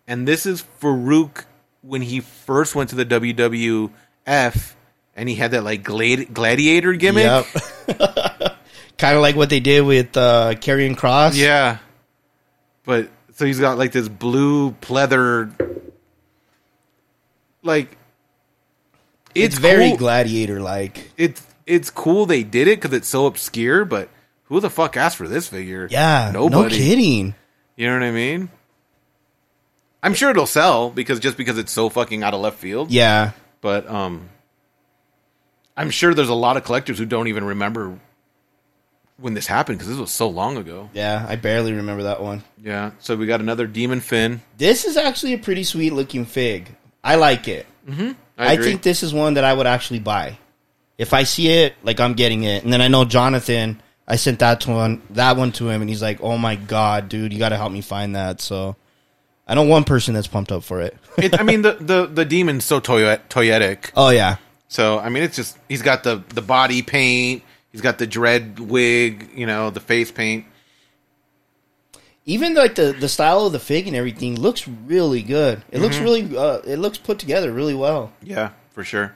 C: and this is Farouk when he first went to the WWF, and he had that like glad- gladiator gimmick.
A: Yep. kind of like what they did with uh, Karrion Cross.
C: Yeah, but so he's got like this blue pleather, like
A: It's, very
C: cool.
A: gladiator like.
C: it's it's cool they did it because it's so obscure, but who the fuck asked for this figure?
A: Yeah. No
C: nobody.
A: kidding.
C: You know what I mean? I'm sure it'll sell because just because it's so fucking out of left field.
A: Yeah.
C: But um, I'm sure there's a lot of collectors who don't even remember when this happened because this was so long ago.
A: Yeah. I barely remember that one.
C: Yeah. So we got another Demon Finn.
A: This is actually a pretty sweet looking fig. I like it.
C: I,
A: I,
C: agree.
A: think this is one that I would actually buy. If I see it, like I'm getting it. And then I know Jonathan, I sent that to one that one to him and he's like, "Oh my god, dude, you got to help me find that." So I know one person that's pumped up for it.
C: it, I mean the the the demon's so toy- toyetic.
A: oh yeah.
C: So I mean, it's just he's got the the body paint, he's got the dread wig, you know, the face paint.
A: Even like the the style of the fig and everything looks really good. It
C: Mm-hmm.
A: looks really uh, it looks put together really well.
C: Yeah, for sure.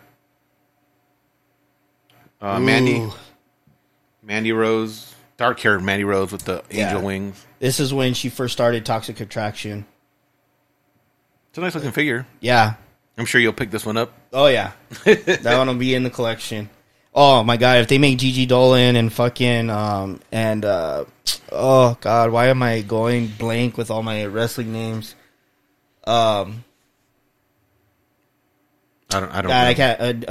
C: Uh, Mandy,
A: Ooh.
C: Mandy Rose, dark haired Mandy Rose with the
A: Yeah.
C: angel wings.
A: This is when she first started Toxic Attraction.
C: It's a nice looking figure.
A: Yeah.
C: I'm sure you'll pick this one up.
A: Oh yeah, that one will be in the collection. Oh my god, if they make Gigi Dolan and fucking um and uh oh god, why am I going blank with all my wrestling names? Um,
C: I don't. I
A: God,
C: don't. know.
A: I can't. Uh,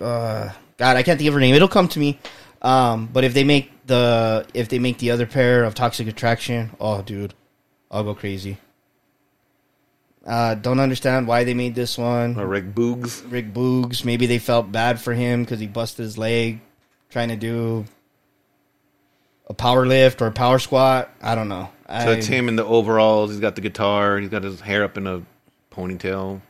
A: uh, uh, God, I can't think of her name. It'll come to me. Um, but if they make the if they make the other pair of Toxic Attraction, oh dude, I'll go crazy. Uh, don't understand why they made this one.
C: Uh, Rick Boogs.
A: Rick Boogs. Maybe they felt bad for him because he busted his leg trying to do a power lift or a power squat. I don't know. I,
C: So it's him in the overalls. He's got the guitar. He's got his hair up in a ponytail.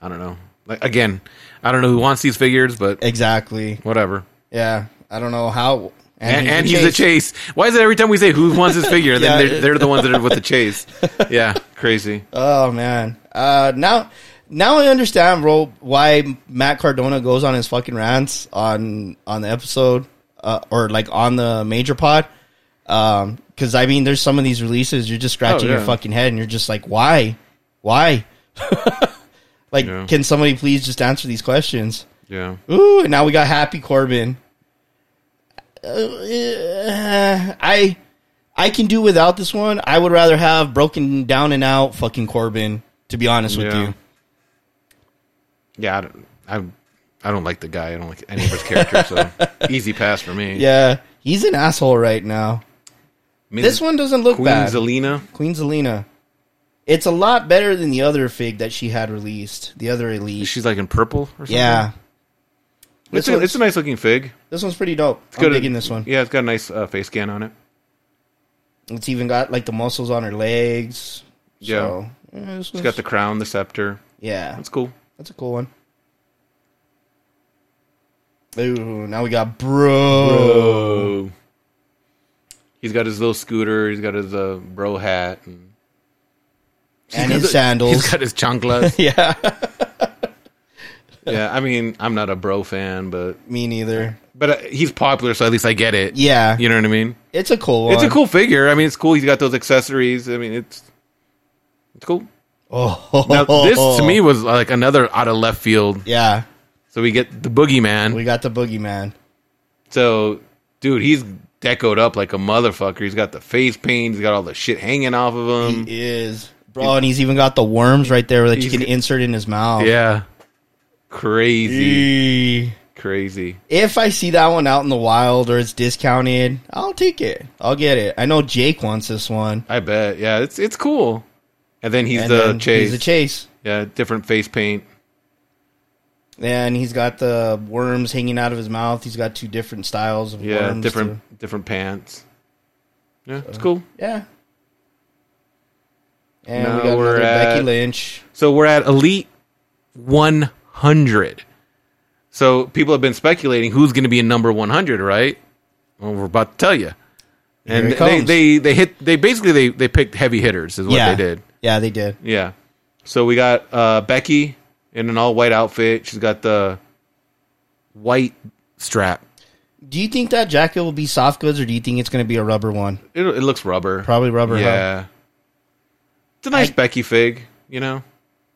C: I don't know. Like again, I don't know who wants these figures, but
A: Exactly.
C: whatever.
A: Yeah. I don't know how.
C: and, and he's a chase. Why is it every time we say who wants this figure,
A: Yeah.
C: then they're, they're the ones that are with the chase? Yeah, crazy.
A: Oh man. Uh, now, now I understand, bro, why Matt Cardona goes on his fucking rants on on the episode uh, or like on the major pod. Um, because I mean, there's some of these releases you're just scratching
C: Oh, yeah.
A: your fucking head and you're just like, why, why? like,
C: Yeah.
A: can somebody please just answer these questions?
C: Yeah,
A: Ooh, and now we got Happy Corbin. Uh, I I can do without this one. I would rather have broken down and out fucking Corbin. To be honest with
C: Yeah.
A: you,
C: yeah. I don't, I, I don't like the guy. I don't like any of his characters. So easy pass for me.
A: yeah, he's an asshole right now.
C: I mean,
A: This one doesn't look
C: Queen
A: bad.
C: Zelina.
A: Queen Zelina. It's a lot better than the other fig that she had released. The other elite.
C: She's like in purple or something.
A: Yeah.
C: It's,
A: This
C: a,
A: one's-
C: it's a nice looking fig.
A: This one's pretty dope.
C: It's
A: I'm digging this one.
C: Yeah, it's got a nice uh, face scan on it.
A: It's even got like the muscles on her legs.
C: Yeah.
A: So, yeah, this
C: It's
A: one's-
C: got the crown, the scepter.
A: yeah,
C: That's cool.
A: that's a cool one. Ooh, now we got bro.
C: Oh. He's got his little scooter. He's got his uh, bro hat. And,
A: and his sandals.
C: He's got his chanclas.
A: yeah,
C: yeah, I mean, I'm not a bro fan, but
A: me neither.
C: but uh, he's popular, so at least I get it.
A: Yeah,
C: You know what I mean?
A: it's a cool one.
C: It's a cool figure. I mean, it's cool. He's got those accessories. I mean, it's it's cool.
A: Oh,
C: Now, this to me was like another out of left field.
A: Yeah,
C: So we get the boogeyman.
A: we got the boogeyman.
C: So, dude, he's decoed up like a motherfucker. He's got the face paint. He's got all the shit hanging off of him.
A: He is bro, and he's even got the worms right there that you
C: Mm. He's
A: can
C: got-
A: insert in his mouth.
C: Yeah, crazy,
A: Eee.
C: crazy.
A: If I see that one out in the wild or it's discounted, I'll take it. I'll get it. I know Jake wants this one.
C: I bet. Yeah, it's it's cool. And then he's
A: And
C: the
A: then
C: chase.
A: He's the chase.
C: yeah, different face paint.
A: And he's got the worms hanging out of his mouth. He's got two different styles of
C: Yeah,
A: worms.
C: different different pants. Yeah, it's cool.
A: too. Yeah. And
C: Now
A: we got
C: we're
A: another Becky
C: at-
A: Lynch.
C: So we're at Elite 100. So people have been speculating who's going to be in number 100, right? Well, we're about to tell you.
A: Here
C: And
A: it
C: they,
A: comes.
C: they they hit they basically they, they picked heavy hitters is what
A: yeah,
C: they did.
A: Yeah, they did.
C: Yeah. So we got uh, Becky in an all white outfit. She's got the white strap.
A: Do you think that jacket will be soft goods, or do you think it's going to be a rubber one?
C: It, it looks rubber.
A: Probably rubber. huh?
C: Yeah. It's a nice
A: I-
C: Becky fig, you know.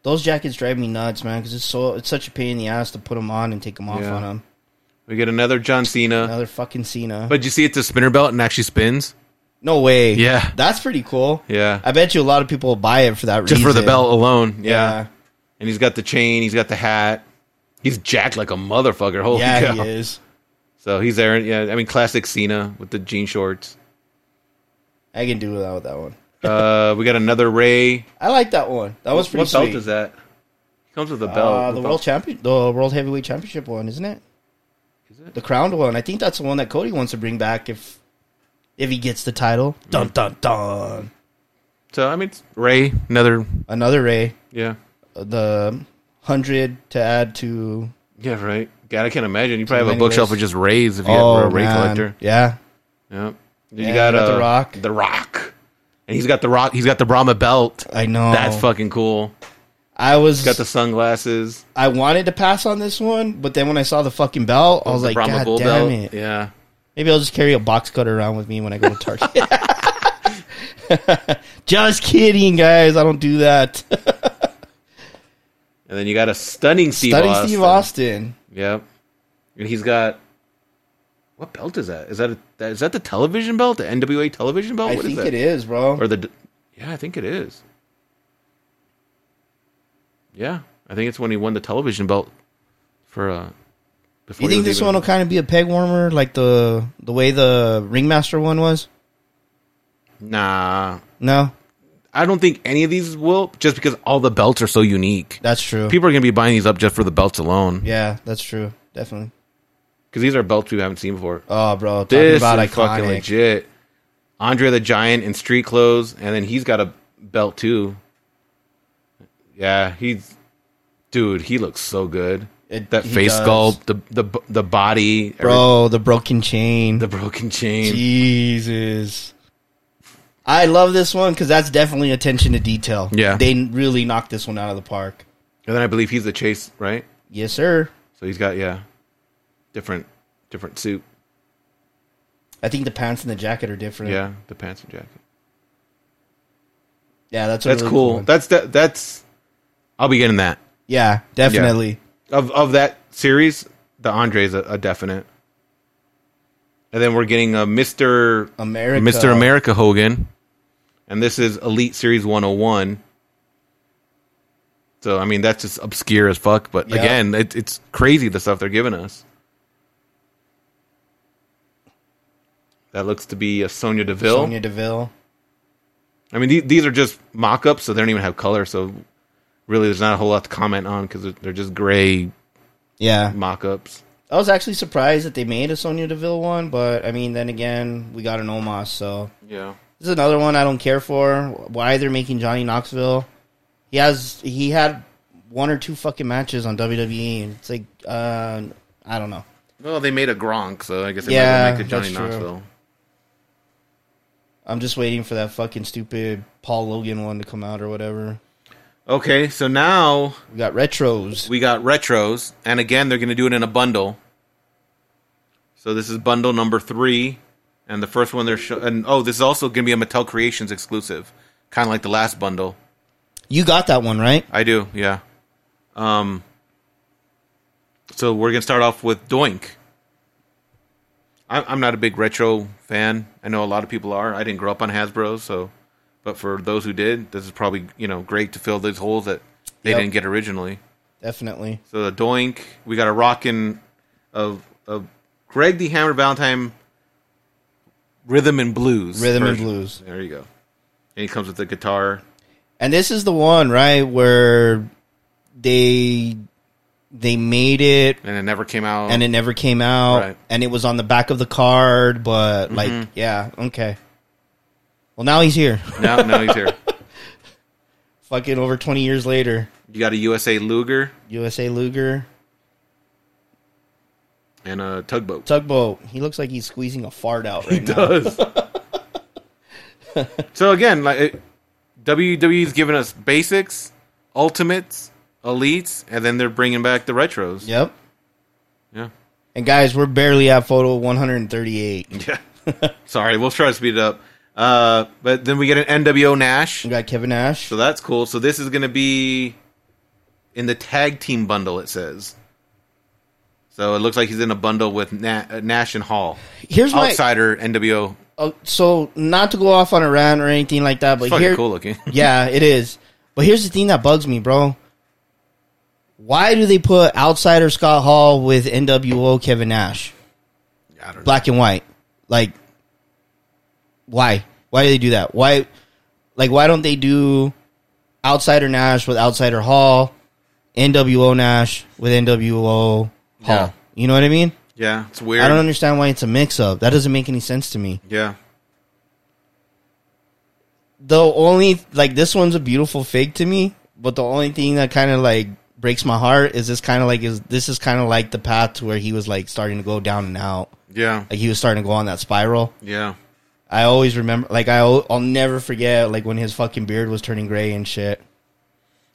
A: Those jackets drive me nuts, man, because it's so it's such a pain in the ass to put them on and take them off
C: Yeah.
A: on them.
C: We get another John Cena.
A: Another fucking Cena.
C: But you see it's a spinner belt and actually spins?
A: no way.
C: Yeah.
A: that's pretty cool.
C: Yeah.
A: I bet you a lot of people will buy it for that
C: just
A: reason.
C: for the belt alone. Yeah.
A: Yeah,
C: and he's got the chain, he's got the hat, he's jacked like a motherfucker. Holy
A: yeah,
C: cow!
A: he is.
C: So he's there. Yeah, I mean, classic Cena with the jean shorts.
A: I can do without that one.
C: Uh, we got another Ray.
A: I like that one. That was pretty
C: what
A: sweet.
C: belt is that? He comes with a belt.
A: Uh, the
C: What
A: world
C: belt-
A: champion, the world heavyweight championship one, isn't it?
C: Is it?
A: The crowned one. I think that's the one that Cody wants to bring back if if he gets the title. Dun dun dun.
C: So I mean, it's Ray. Another.
A: Another Ray, Uh,
C: Yeah.
A: the hundred to add to.
C: Yeah. Right. God, I can't imagine. You probably have a
A: many
C: bookshelf
A: Rays.
C: with just Rays if you have a Ray collector.
A: Oh, Yeah,
C: Yeah. You
A: Yeah,
C: got,
A: you got The
C: uh,
A: Rock.
C: The Rock. And he's got the Rock. He's got the Brahma belt.
A: I know.
C: That's fucking cool.
A: I was.
C: He's got the sunglasses.
A: I wanted to pass on this one, but then when I saw the fucking belt, I was
C: the
A: like,
C: Brahma
A: God
C: bull
A: damn
C: belt.
A: it!
C: Yeah.
A: Maybe I'll just carry a box cutter around with me when I go to Target. just kidding, guys. I don't do that.
C: And then you got a stunning Steve
A: Studying
C: Austin.
A: Steve Austin.
C: Yep. And he's got what belt is that? Is that a, that is that the television belt? The NWA television belt?
A: I
C: What is
A: think
C: that?
A: it is, bro.
C: Or the d- yeah, I think it is. Yeah, I think it's when he won the television belt for uh. Before
A: you
C: he
A: think
C: was
A: this
C: even-
A: one will kind of be a peg warmer, like the the way the ringmaster one was?
C: Nah,
A: No,
C: I don't think any of these will. Just because all the belts are so unique,
A: that's true.
C: people are gonna be buying these up just for the belts alone.
A: yeah, that's true. Definitely.
C: Because these are belts we haven't seen before.
A: Oh, bro, talking
C: This
A: about
C: is fucking
A: iconic.
C: legit. Andre the Giant in street clothes, and then he's got a belt too. Yeah, he's dude. He looks so good.
A: It-
C: that
A: he
C: face
A: does.
C: sculpt, the the b- the body, every-
A: Bro, the broken chain.
C: the broken chain.
A: Jesus. I love this one because that's definitely attention to detail.
C: Yeah.
A: They really knocked this one out of the park.
C: And then I believe he's the chase, right?
A: Yes, sir.
C: So he's got yeah, different different suit.
A: I think the pants and the jacket are different.
C: Yeah, the pants and jacket.
A: Yeah, that's a
C: That's
A: really
C: cool.
A: one.
C: That's that. That's. I'll be getting that
A: yeah, definitely.
C: of of that series. The Andre's a, a definite. And then we're getting a Mister
A: America.
C: Mr. America Hogan. And this is Elite Series 101. So, I mean, that's just obscure as fuck. But
A: Yeah.
C: again, it, it's crazy the stuff they're giving us. That looks to be a Sonya Deville.
A: Sonya Deville.
C: I mean, the- these are just mock-ups, so they don't even have color. So really, there's not a whole lot to comment on because they're, they're just gray
A: Yeah,
C: mock-ups.
A: I was actually surprised that they made a Sonya Deville one, but I mean, then again, we got an Omos, so
C: Yeah.
A: This is another one I don't care for. Why they're making Johnny Knoxville? He has he had one or two fucking matches on WWE, and it's like uh, I don't know.
C: Well, they made a Gronk, so I guess they
A: Yeah,
C: yeah, might make a Johnny
A: that's true.
C: Knoxville.
A: I'm just waiting for that fucking stupid Paul Logan one to come out or whatever.
C: Okay, so now
A: We got retros.
C: we got retros, and again, they're going to do it in a bundle. So this is bundle number three, and the first one they're sho- and oh, this is also going to be a Mattel Creations exclusive, kind of like the last bundle.
A: You got that one right?
C: I do, yeah. Um, so we're gonna start off with Doink. I'm, I'm not a big retro fan. I know a lot of people are. I didn't grow up on Hasbro, so but for those who did, this is probably you know great to fill those holes that they
A: Yep.
C: didn't get originally.
A: Definitely.
C: So the Doink, we got a rockin' of of Greg the Hammer Valentine rhythm and blues.
A: Rhythm and
C: version.
A: blues.
C: There you go. And he comes with the guitar.
A: And this is the one right where they they made it
C: And it never came out.
A: and it never came out
C: Right. Mm-hmm.
A: and it was on the back of the card but like yeah okay well now he's here
C: now, now he's here.
A: fucking over 20 years later
C: You got a USA Luger
A: usa luger
C: and a tugboat.
A: tugboat he looks like he's squeezing a fart out right now
C: does. so again, like it- WWE's giving us basics, ultimates, elites, and then they're bringing back the retros.
A: yep
C: Yeah.
A: and guys we're barely at photo 138
C: Yeah. Sorry, we'll try to speed it up. Uh, but then we get an NWO Nash.
A: we got kevin nash
C: So that's cool. So this is going to be in the tag team bundle, it says. So it looks like he's in a bundle with Na- uh, Nash and Hall.
A: here's my
C: Outsider NWO.
A: uh, so not to go off on a rant or anything like that but
C: Fucking
A: here
C: cool looking.
A: yeah it is but here's the thing that bugs me bro why do they put outsider scott hall with nwo kevin nash
C: I don't know.
A: black and white. Like, why? Why do they do that? Why, like, why don't they do outsider Nash with outsider Hall, NWO Nash with NWO Hall?
C: Yeah.
A: You know what I mean?
C: Yeah, it's weird.
A: I don't understand why it's a mix up. That doesn't make any sense to me.
C: Yeah.
A: The only like this one's a beautiful fig to me, but the only thing that kind of like breaks my heart is this kind of like is this is kind of like the path to where he was like starting to go down and out.
C: Yeah.
A: Like he was starting to go on that spiral.
C: Yeah.
A: I always remember, like I, al- I'll never forget, like when his fucking beard was turning gray and shit.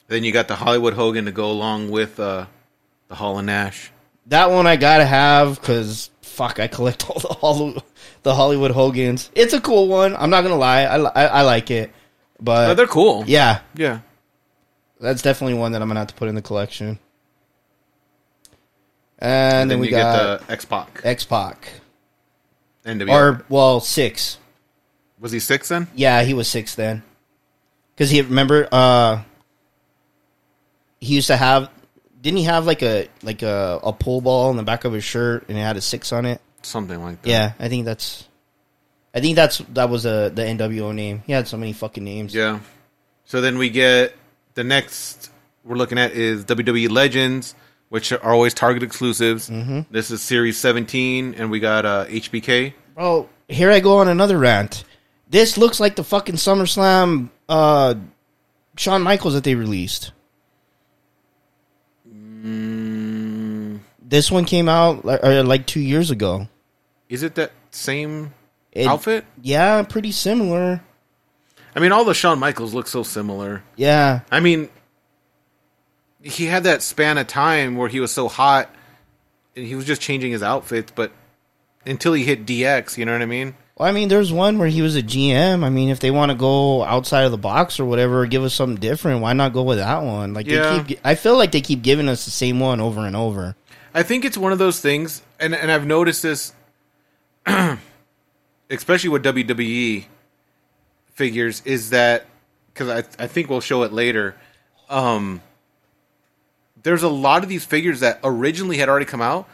C: Then you got the Hollywood Hogan to go along with uh, the Hall and Nash.
A: That one I gotta have because fuck, I collect all the Hollywood, the Hollywood Hogans. It's a cool one. I'm not gonna lie, I, li- I, I like it,
C: Oh,
A: but
C: they're cool.
A: Uh, yeah,
C: Yeah.
A: that's definitely one that I'm gonna have to put in the collection. And,
C: And
A: then,
C: then,
A: we
C: you
A: got
C: get the X Pac.
A: X Pac,
C: NWO.
A: or well, six.
C: was he six then?
A: Yeah, he was six then. Because he remember, uh, he used to have. Didn't he have like a like a, a pull ball in the back of his shirt and it had a six on it?
C: Something like that.
A: Yeah, I think that's. I think that's that was uh the NWO name. He had so many fucking names.
C: Yeah. So then we get the next we're looking at is WWE Legends, which are always Target exclusives. Mm-hmm. This is Series 17, and we got uh, HBK.
A: Bro, Oh, here I go on another rant. This looks like the fucking SummerSlam uh Shawn Michaels that they released.
C: Mm.
A: This one came out like, uh, like two years ago.
C: Is it that same
A: It-
C: outfit?
A: Yeah, pretty similar.
C: I mean, all the Shawn Michaels look so similar.
A: Yeah,
C: I mean, he had that span of time where he was so hot, and he was just changing his outfits. But until he hit DX, you know what I mean?
A: well, I mean, there's one where he was a GM. I mean, if they want to go outside of the box or whatever, give us something different. Why not go with that one? Like,
C: Yeah.
A: they keep, I feel like they keep giving us the same one over and over.
C: I think it's one of those things, and and I've noticed this, especially with WWE E figures, is that because I I think we'll show it later. Um, there's a lot of these figures that originally had already come out,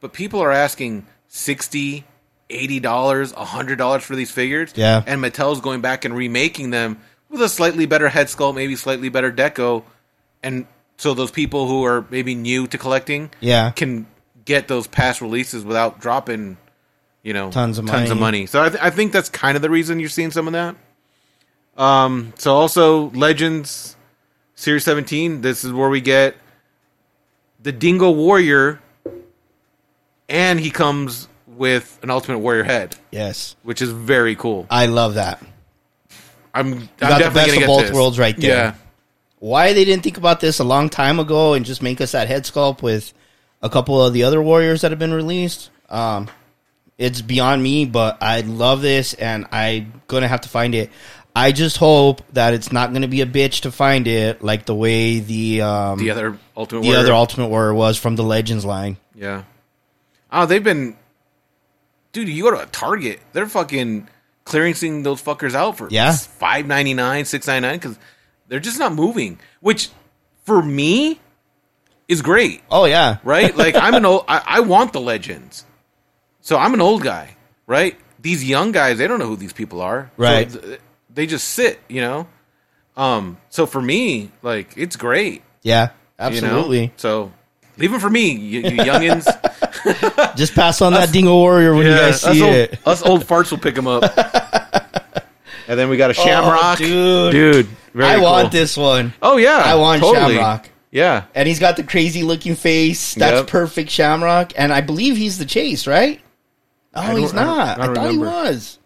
C: but people are asking sixty, eighty dollars, hundred dollars for these figures.
A: Yeah.
C: and Mattel's going back and remaking them with a slightly better head sculpt, maybe slightly better deco, and so those people who are maybe new to collecting,
A: Yeah.
C: can get those past releases without dropping, you know,
A: Tons of
C: tons of
A: money.
C: money. So I, th- I think that's kind of the reason you're seeing some of that. Um, so also Legends Series 17. This is where we get the Dingo Warrior, and he comes with an Ultimate Warrior head,
A: Yes.
C: which is very cool.
A: I love that.
C: I'm, I'm
A: got the
C: definitely
A: best
C: gonna
A: of
C: get
A: both
C: this.
A: worlds right there.
C: Yeah,
A: Why they didn't think about this a long time ago and just make us that head sculpt with a couple of the other warriors that have been released? Um, it's beyond me, but I love this and I'm gonna have to find it. I just hope that it's not gonna be a bitch to find it, like the way the um,
C: the other Ultimate
A: the
C: Warrior.
A: other Ultimate Warrior was from the Legends line.
C: Yeah. Oh, they've been. Dude, you go to a Target, they're fucking clearancing those fuckers out for
A: Yeah.
C: five ninety nine, six ninety nine because they're just not moving. Which for me is great,
A: Oh yeah,
C: right? like I'm an old, I, I want the legends, so I'm an old guy, right? These young guys, they don't know who these people are, So
A: Right.
C: th- they just sit, you know. Um, so for me, like it's great,
A: yeah,
C: you know?
A: absolutely.
C: So even for me, you, you youngins.
A: Just pass on that Dingo Warrior when you guys see
C: us
A: it.
C: Old, us old farts will pick them up. and then we got a Shamrock,
A: Oh, dude.
C: Dude, very
A: I
C: cool.
A: want this one.
C: Oh yeah,
A: I want
C: totally.
A: Shamrock.
C: Yeah,
A: And he's got the crazy looking face. That's
C: Yep.
A: perfect Shamrock. And I believe he's the chase, right? Oh,
C: don't-
A: he's
C: I don't-
A: not. I,
C: I don't
A: thought
C: remember.
A: he was.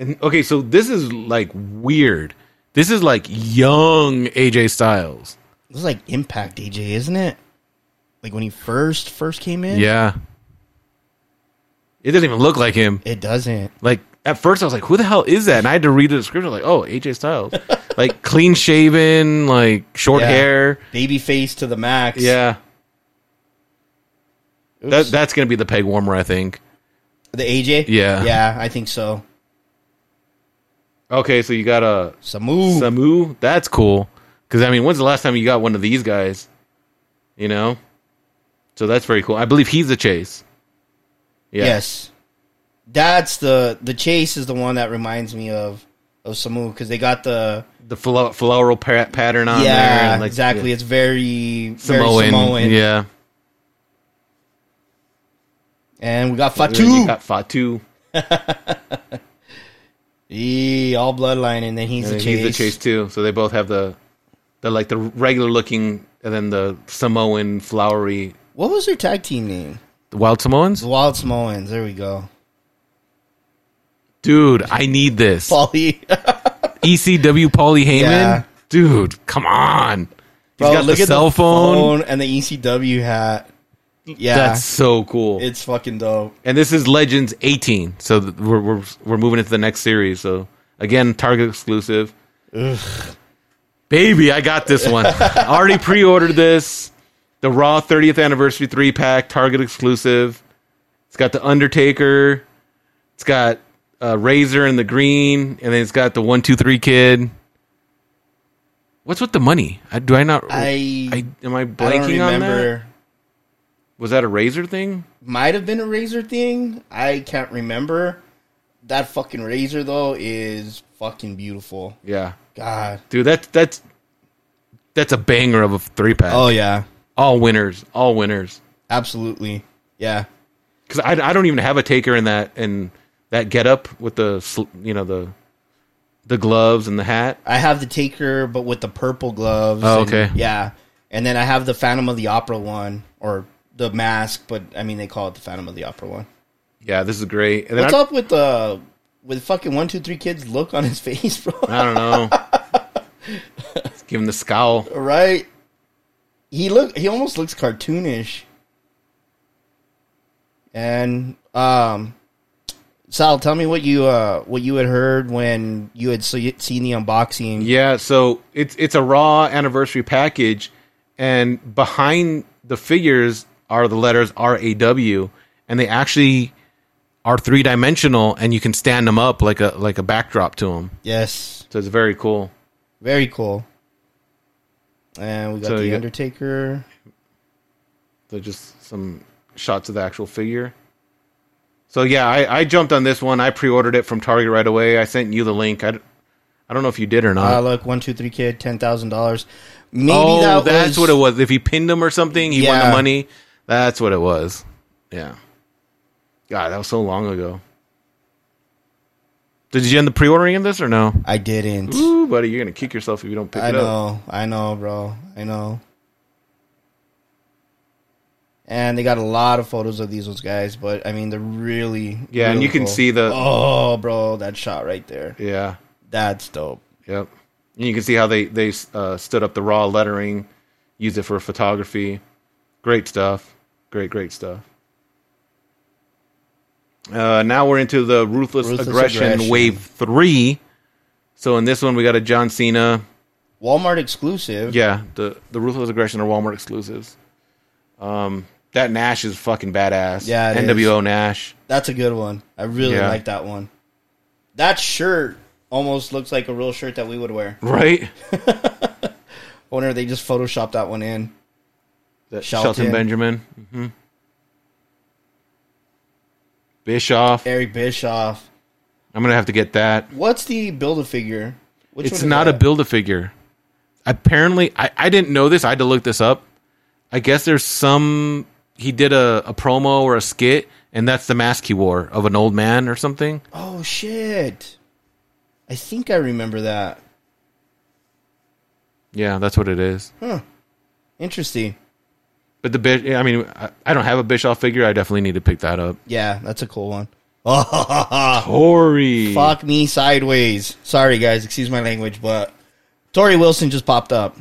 C: and okay, so this is like weird. This is like young AJ Styles.
A: This is like Impact AJ, isn't it? Like when he first first came in.
C: Yeah, it doesn't even look like him.
A: It doesn't.
C: Like at first, I was like, "Who the hell is that?" And I had to read the description. Like, oh, AJ Styles, like clean shaven, like short
A: Yeah.
C: hair.
A: Baby face to the max.
C: Yeah,
A: Oops.
C: that, that's gonna be the peg warmer, I think.
A: the AJ.
C: Yeah.
A: Yeah, I think so.
C: Okay, so you got a
A: Samu.
C: Samu. That's cool. Because I mean, when's the last time you got one of these guys? You know, so that's very cool. I believe he's the chase. Yeah.
A: Yes. That's the the chase is the one that reminds me of of Samu because they got the
C: the flo- floral pa- pattern on there.
A: yeah
C: and, like,
A: exactly.
C: yeah.
A: It's very
C: Samoan.
A: very Samoan.
C: Yeah,
A: And we got
C: You
A: Fatu.
C: got Fatu.
A: Eee, all bloodline, and then he's
C: And
A: the
C: he's
A: chase.
C: the chase too. So they both have the, the like the regular looking, and then the Samoan flowery,
A: What was their tag team name?
C: the wild Samoans.
A: The Wild Samoans. There we go.
C: Dude, I need this.
A: Polly.
C: ECW E Paulie Heyman.
A: Yeah.
C: Dude, come on. He's got the cell phone.
A: and the ECW hat. Yeah,
C: That's so cool.
A: it's fucking dope.
C: and this is Legends 18. So th- we're, we're we're moving into the next series. So again, Target exclusive. Baby, I got this one. I already pre-ordered this. The Raw 30th anniversary 3-pack, Target exclusive. It's got the Undertaker. It's got uh, Razor in the green, and then it's got the one two three kid. What's with the money? I, do I not?
A: I-
C: am I
A: I don't
C: blanking on that?
A: remember.
C: Was that a Razor thing?
A: Might have been a razor thing. I can't remember. That fucking razor though is fucking beautiful.
C: Yeah.
A: God.
C: dude. That's that's that's a banger of a three pack.
A: Oh yeah,
C: All winners, all winners.
A: absolutely. Yeah.
C: Because I, I don't even have a taker in that in that getup with the sl- you know the the gloves and the hat.
A: I have the Taker, but with the purple gloves.
C: Oh,
A: and-
C: okay.
A: yeah, and then I have the Phantom of the Opera one, or the mask, but I mean they call it the Phantom of the Opera one.
C: Yeah, this is great. And then
A: What's
C: I,
A: up with the with fucking one two three kids look on his face, bro?
C: I don't know. Let's give him the scowl.
A: right? He look he almost looks cartoonish, and um. Sal, tell me what you uh, what you had heard when you had se- seen the unboxing.
C: Yeah, so it's it's a raw anniversary package, and behind the figures are the letters R A W, and they actually are three dimensional, and you can stand them up like a like a backdrop to them.
A: Yes,
C: So it's very cool.
A: Very cool. And we got
C: So you
A: the
C: got- Uh,
A: Undertaker.
C: So just some shots of the actual figure. So yeah, I, I jumped on this one. I pre-ordered it from Target right away. I sent you the link. I, d- I don't know if you did or not.
A: Uh, look, one, two, three, kid, ten thousand dollars. Maybe
C: oh,
A: that
C: that's
A: was,
C: what it was. If he pinned him or something, he won
A: Yeah.
C: the money. That's what it was. Yeah. God, that was so long ago. Did you end up pre-ordering of this or no?
A: I didn't.
C: Ooh, buddy, you're gonna kick yourself if you don't pick
A: I
C: it up.
A: know, I know, bro, I know. And they got a lot of photos of these ones, guys. But I mean, they're really
C: Yeah, and you can
A: beautiful.
C: see the-
A: oh, bro, that shot right there.
C: Yeah.
A: That's dope.
C: Yep. And you can see how they they uh, stood up the raw lettering, used it for photography. Great stuff. Great, great stuff. Uh, now we're into the ruthless,
A: Ruthless
C: aggression,
A: Aggression.
C: wave three. So in this one, we got a John Cena.
A: Walmart exclusive.
C: Yeah, the the ruthless aggression are Walmart exclusives. Um, that Nash is fucking badass.
A: Yeah, it
C: NWO Nash.
A: That's a good one. I really
C: Yeah.
A: like that one. That shirt almost looks like a real shirt that we would wear.
C: Right.
A: I wonder if they just photoshopped that one in.
C: That
A: Shelton.
C: Shelton, Benjamin. hmm Bischoff.
A: Eric Bischoff.
C: I'm gonna have to get that.
A: What's the build a figure? Which
C: it's
A: one is
C: not a
A: that?
C: build a figure. Apparently, I, I didn't know this. I had to look this up. I guess there's some he did a, a promo or a skit, and that's the mask he wore of an old man or something.
A: Oh shit! I think I remember that.
C: Yeah, that's what it is.
A: Interesting.
C: But the Bish, I mean, I, I don't have a Bischoff figure. I definitely need to pick that up.
A: Yeah, that's a cool one. Oh,
C: Tori,
A: fuck me sideways. Sorry guys, excuse my language, but Tori Wilson just popped up.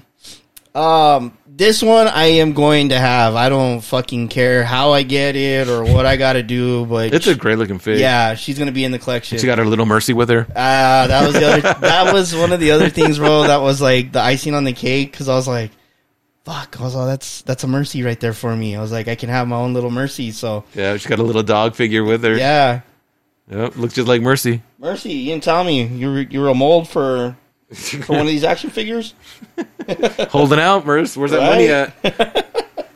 A: Um, this one I am going to have. I don't fucking care how I get it or what I got to do, but
C: it's a great looking fig.
A: yeah, she's gonna be in the collection.
C: she got her little mercy with her.
A: Ah, that was the other. that was one of the other things, bro. That was like the icing on the cake because I was like, "Fuck!" I was like, "That's that's a mercy right there for me." I was like, "I can have my own little mercy." So
C: Yeah, she got a little dog figure with her.
A: yeah,
C: Yep, looks just like Mercy.
A: mercy. You didn't tell me you were, you were a mold for for one of these action figures.
C: Holding out, Merce. Where's that money
A: Right?
C: at?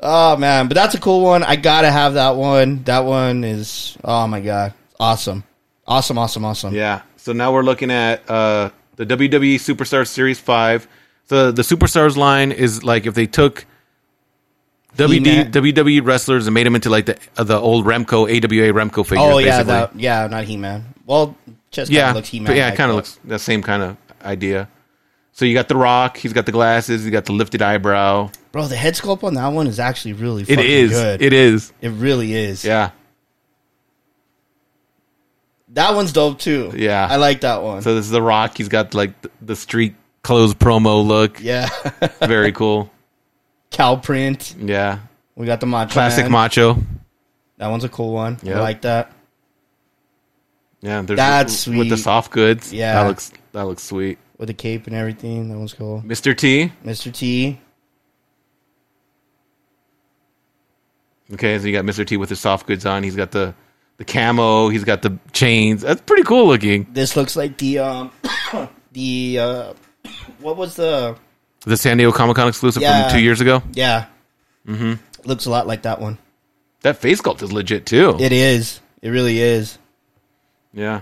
A: Oh man, but that's a cool one. I gotta have that one. That one is oh my god, awesome, awesome, awesome, awesome.
C: Yeah. So now we're looking at uh, the WWE Superstar Series Five. The the Superstars line is like if they took WD,
A: He-Man.
C: WWE E wrestlers and made them into like the uh, the old Remco AWA Remco figures.
A: oh yeah,
C: basically.
A: that, yeah, not He Man. Well, chest
C: yeah,
A: yeah, looks He Man.
C: but yeah, it kind of looks that same kind of idea. So you got the Rock. He's got the glasses. He's got the lifted eyebrow.
A: Bro, the head sculpt on that one is actually really
C: It
A: fucking
C: is.
A: good.
C: It is.
A: It really is.
C: Yeah.
A: That one's dope too.
C: Yeah.
A: I like that one.
C: So this is the Rock. He's got like th- the street clothes promo look.
A: yeah.
C: Very cool.
A: Cow print.
C: Yeah.
A: We got the Macho
C: Classic
A: Man.
C: macho.
A: That one's a cool one.
C: Yep.
A: I like that.
C: Yeah, there's
A: That's
C: with the
A: sweet.
C: soft goods.
A: Yeah.
C: that looks that looks sweet.
A: With the cape and everything. That one's cool.
C: Mr. T.
A: Mr. T.
C: Okay, so you got Mr. T with his soft goods on. He's got the the camo. He's got the chains. That's pretty cool looking.
A: This looks like the um the uh what was the
C: The San Diego Comic Con exclusive
A: Yeah.
C: from two years ago.
A: Yeah. Mm-hmm. Looks a lot like that one.
C: That face sculpt is legit too.
A: It is. It really is.
C: yeah.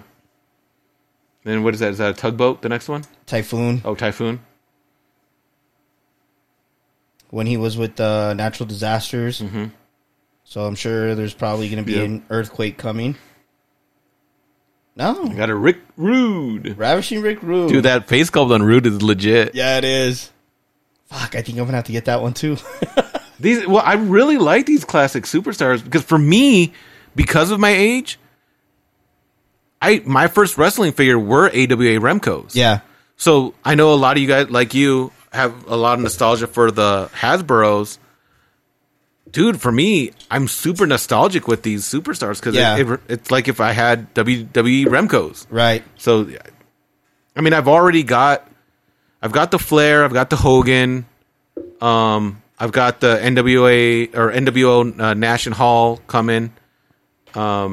C: Then what is that? Is that a tugboat? The next one?
A: Typhoon
C: Oh, typhoon.
A: when he was with uh, natural disasters. Mm-hmm. So I'm sure there's probably going to be
C: Yeah.
A: an earthquake coming. No,
C: You got a Rick Rude.
A: Ravishing Rick Rude.
C: Dude, that face sculpt on Rude is legit.
A: Yeah, it is. Fuck, I think I'm gonna have to get that one too.
C: These well, I really like these classic superstars because for me, because of my age, I my first wrestling figure were AWA Remco's.
A: yeah,
C: So I know a lot of you guys like you have a lot of nostalgia for the Hasbro's. Dude, for me, I'm super nostalgic with these superstars because
A: Yeah.
C: it, it, it's like if I had WWE Remco's.
A: right.
C: So, I mean, I've already got, I've got the Flair, I've got the Hogan, um, I've got the NWA or NWO uh, Nash and Hall coming. Um,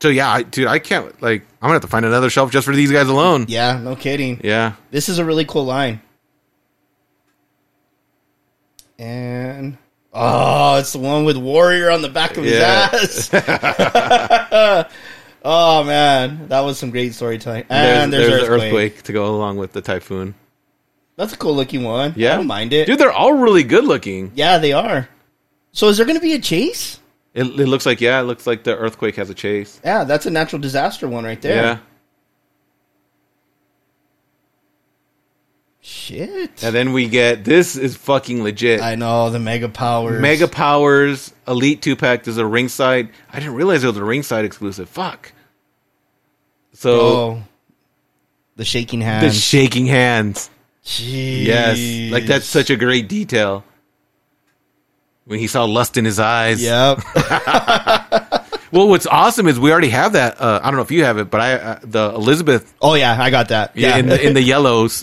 C: so yeah, I, dude, I can't like, I'm gonna have to find another shelf just for these guys alone.
A: Yeah, no kidding.
C: Yeah,
A: This is a really cool line. And Oh, it's the one with Warrior on the back of
C: Yeah.
A: his ass. oh man, that was some great storytelling. And there's,
C: there's
A: earthquake.
C: the earthquake to go along with the typhoon.
A: That's a cool looking one.
C: Yeah,
A: I don't mind it.
C: dude. They're all really good looking.
A: Yeah, they are. So is there going to be a chase?
C: It, it looks like yeah, it looks like the earthquake has a chase.
A: Yeah, that's a natural disaster one right there.
C: Yeah,
A: Shit.
C: and then we get this is fucking legit.
A: I know the mega powers.
C: Mega Powers Elite Two Pack is a ringside. I didn't realize it was a ringside exclusive. Fuck. So
A: Oh, the shaking
C: the
A: hands.
C: shaking hands.
A: Jeez.
C: Yes, like that's such a great detail. When he saw lust in his eyes.
A: Yep.
C: Well, what's awesome is we already have that. Uh, I don't know if you have it, but I uh, the Elizabeth
A: oh yeah, I got that. Yeah.
C: in the in the yellows.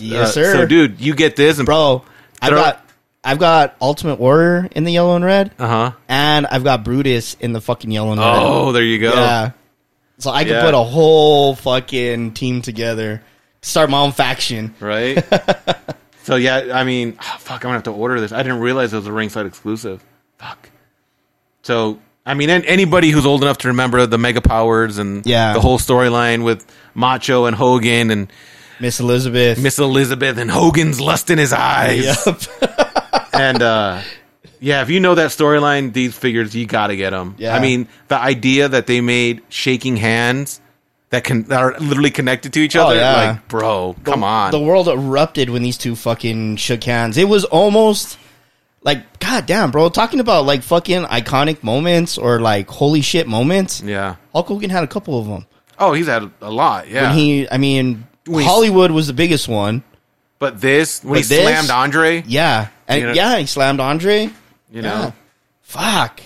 A: Yes,
C: Uh,
A: sir.
C: So, dude, you get this and
A: Bro, I've
C: Throw-
A: got I've got Ultimate Warrior in the yellow and red,
C: Uh huh.
A: and I've got Brutus in the fucking yellow and
C: Oh, there you go.
A: red. Yeah. So I could
C: Yeah.
A: put a whole fucking team together. Start my own faction.
C: Right. so yeah, I mean, ah, fuck, I'm gonna have to order this. I didn't realize it was a ringside exclusive. Fuck. So I mean, an anybody who's old enough to remember the Mega Powers and
A: Yeah.
C: the whole storyline with Macho and Hogan and
A: Miss Elizabeth.
C: Miss Elizabeth and Hogan's lust in his eyes.
A: Yep.
C: and uh yeah, if you know that storyline, these figures you got to get them.
A: Yeah.
C: I mean, the idea that they made shaking hands that can that are literally connected to each
A: Oh,
C: other,
A: yeah.
C: like, bro, come on.
A: The world erupted when these two fucking shook hands. It was almost like, god damn, bro. Talking about like fucking iconic moments or like holy shit moments.
C: yeah.
A: Hulk Hogan had a couple of them.
C: Oh, he's had a lot. Yeah.
A: When he, I mean,
C: When he-
A: Hollywood was the biggest one.
C: but this when
A: But
C: he
A: this-
C: slammed Andre,
A: Yeah, and
C: You know-
A: yeah, he slammed Andre.
C: you
A: Yeah.
C: know.
A: Fuck.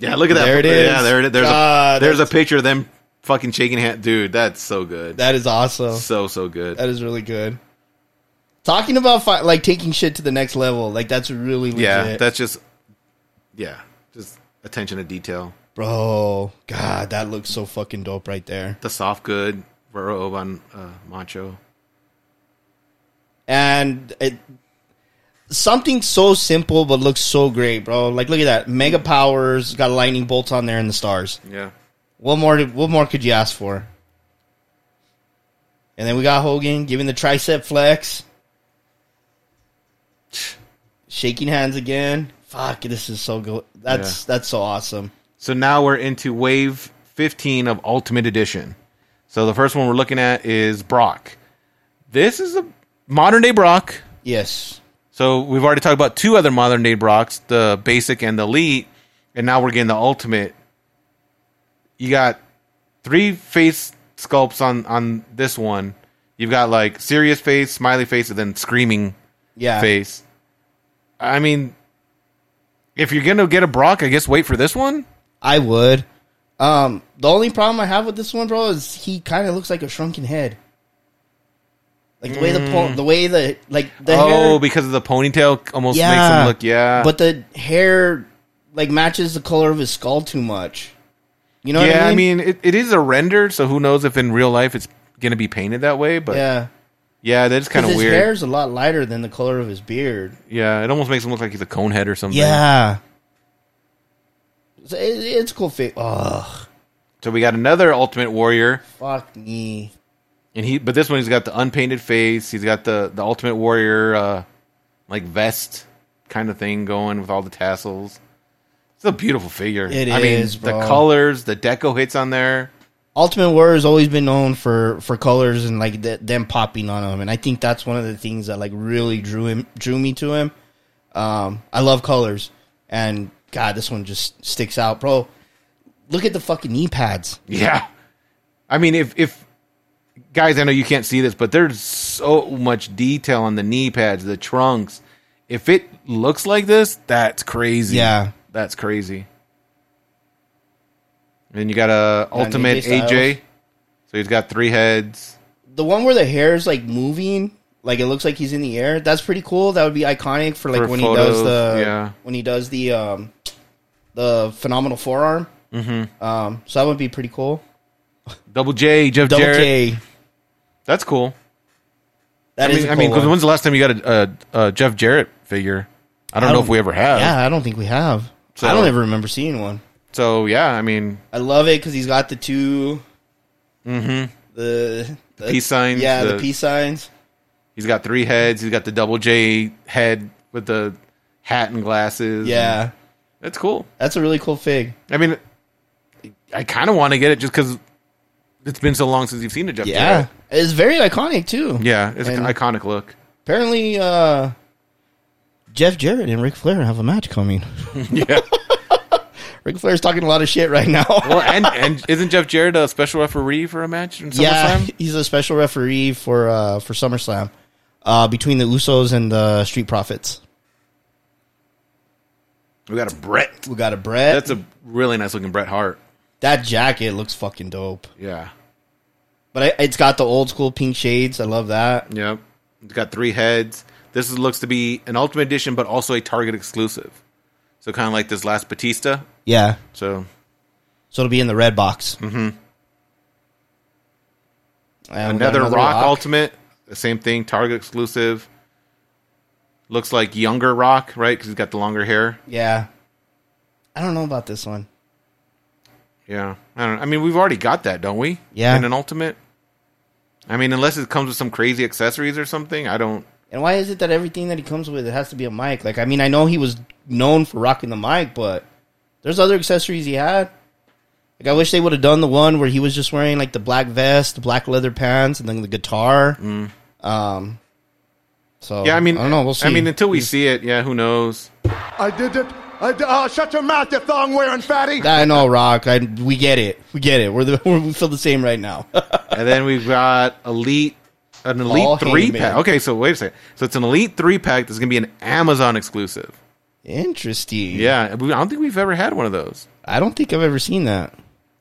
C: Yeah, look at that.
A: There it
C: Yeah,
A: is.
C: there it is. There's
A: God,
C: a there's a picture of them fucking shaking hands. Dude, that's so good.
A: That is awesome.
C: so so good.
A: That is really good. Talking about fi- like taking shit to the next level, like that's really legit.
C: yeah, that's just yeah, just attention to detail.
A: bro. God, that looks so fucking dope right there.
C: the soft good robe on uh, Macho.
A: and it, something so simple but looks so great, bro. Like, look at that mega powers, got lightning bolts on there and the stars.
C: Yeah,
A: What more? What more could you ask for? And then we got Hogan giving the tricep flex, shaking hands again. Fuck, this is so good. That's that's so awesome.
C: So now we're into wave 15 of Ultimate Edition. So the first one we're looking at is Brock. This is a modern day Brock.
A: Yes,
C: So we've already talked about two other modern day Brocks, the basic and the elite, and now we're getting the ultimate. You got three face sculpts on on this one. You've got like serious face, smiley face, and then screaming
A: yeah,
C: face. I mean, if you're gonna get a Brock, I guess wait for this one.
A: I would. Um, the only problem I have with this one, bro, is he kind of looks like a shrunken head. Like the way the po- the way the like the
C: Mm. oh,
A: hair,
C: because of the ponytail, almost makes
A: yeah,
C: him look yeah.
A: But the hair like matches the color of his skull too much. You know
C: yeah,
A: what
C: I mean, it, it is a render, so who knows if in real life it's gonna be painted that way? But yeah,
A: yeah,
C: that is kind
A: because
C: of
A: his
C: weird.
A: hair's a lot lighter than the color of his beard.
C: Yeah, it almost makes him look like he's a cone head or something.
A: Yeah, So it, it's a cool. Fit. Ugh,
C: So we got another Ultimate Warrior,
A: fuck me.
C: and he, but this one he's got the unpainted face. He's got the the Ultimate Warrior, uh, like vest kind of thing going with all the tassels. It's a beautiful figure.
A: It
C: I
A: is,
C: mean,
A: bro.
C: the colors, the deco hits on there.
A: Ultimate Warrior has always been known for for colors and like th- them popping on him, and I think that's one of the things that like really drew him drew me to him. Um, I love colors, and God, this one just sticks out, bro. Look at the fucking knee pads.
C: Yeah, I mean, if if guys, I know you can't see this, but there's so much detail on the knee pads, the trunks. If it looks like this, that's crazy.
A: Yeah.
C: that's crazy. And then you got a
A: Yeah,
C: ultimate
A: AJ Styles.
C: AJ. So he's got three heads.
A: The one where the hair is like moving, like it looks like he's in the air. That's pretty cool. That would be iconic for like
C: For
A: when he does
C: photos,
A: the
C: yeah.
A: when he does the um the phenomenal forearm. Mm-hmm. Um, so that would be pretty cool.
C: Double J, Jeff
A: Double
C: Jarrett.
A: K.
C: That's cool.
A: That
C: I
A: is
C: mean,
A: a
C: I mean,
A: cool
C: because
A: one.
C: when's the last time you got a, a, a Jeff Jarrett figure. I don't, know if we ever have.
A: Yeah, I don't think we have.
C: So-
A: I don't ever remember seeing one.
C: So yeah, I mean,
A: I love it because he's got the 2 the, the
C: Mm-hmm. Peace signs,
A: Yeah, the,
C: the- Mm-hmm.
A: peace signs.
C: he's got three heads. He's got the double J head with the hat and glasses.
A: Yeah,
C: that's cool.
A: that's a really cool fig.
C: I mean, I kind of want to get it just because it's been so long since you've seen a Jeff.
A: Yeah,
C: Jarrett.
A: it's very iconic too.
C: yeah, it's an
A: And-
C: iconic look.
A: Apparently, uh, Jeff Jarrett and Ric Flair have a match coming.
C: Yeah.
A: Ric Flair's talking a lot of shit right now.
C: well, and and isn't Jeff Jarrett a special referee for a match in SummerSlam?
A: yeah, he's a special referee for uh, for SummerSlam uh, between the Usos and the Street Profits.
C: We got a Brett.
A: We got a Brett.
C: That's a really nice looking Bret Hart.
A: that jacket looks fucking dope.
C: Yeah.
A: But I, it's got the old school pink shades. I love that.
C: Yep. It's got three heads. This is, looks to be an Ultimate Edition, but also a Target exclusive. So kind of like this last Batista.
A: Yeah.
C: So
A: So it'll be in the red box. Mm-hmm.
C: another, Rock, Ultimate, the same thing, Target exclusive. Looks like younger Rock, right? Because he's got the longer hair.
A: Yeah. I don't know about this one.
C: Yeah, I don't. I mean, we've already got that, don't we?
A: Yeah.
C: In an Ultimate. I mean, unless it comes with some crazy accessories or something, I don't.
A: And why is it that everything that he comes with it has to be a mic? Like, I mean, I know he was known for rocking the mic, but there's other accessories he had. Like, I wish they would have done the one where he was just wearing like the black vest, the black leather pants, and then the guitar. Um. So
C: Mm. Yeah, I mean,
A: Um, I don't know. We'll see.
C: I mean, until we see it, yeah, who knows?
D: I did it. I d- uh, shut your mouth, you thong wearing fatty.
A: I know, Rock. I, we get it. We get it. We're the we feel the same right now.
C: and then we've got elite an elite
A: Paul
C: three
A: Heyman.
C: pack. Okay, so wait a second. So it's an elite three pack that's going to be an Amazon exclusive.
A: Interesting.
C: Yeah, we- I don't think we've ever had one of those.
A: I don't think I've ever seen that.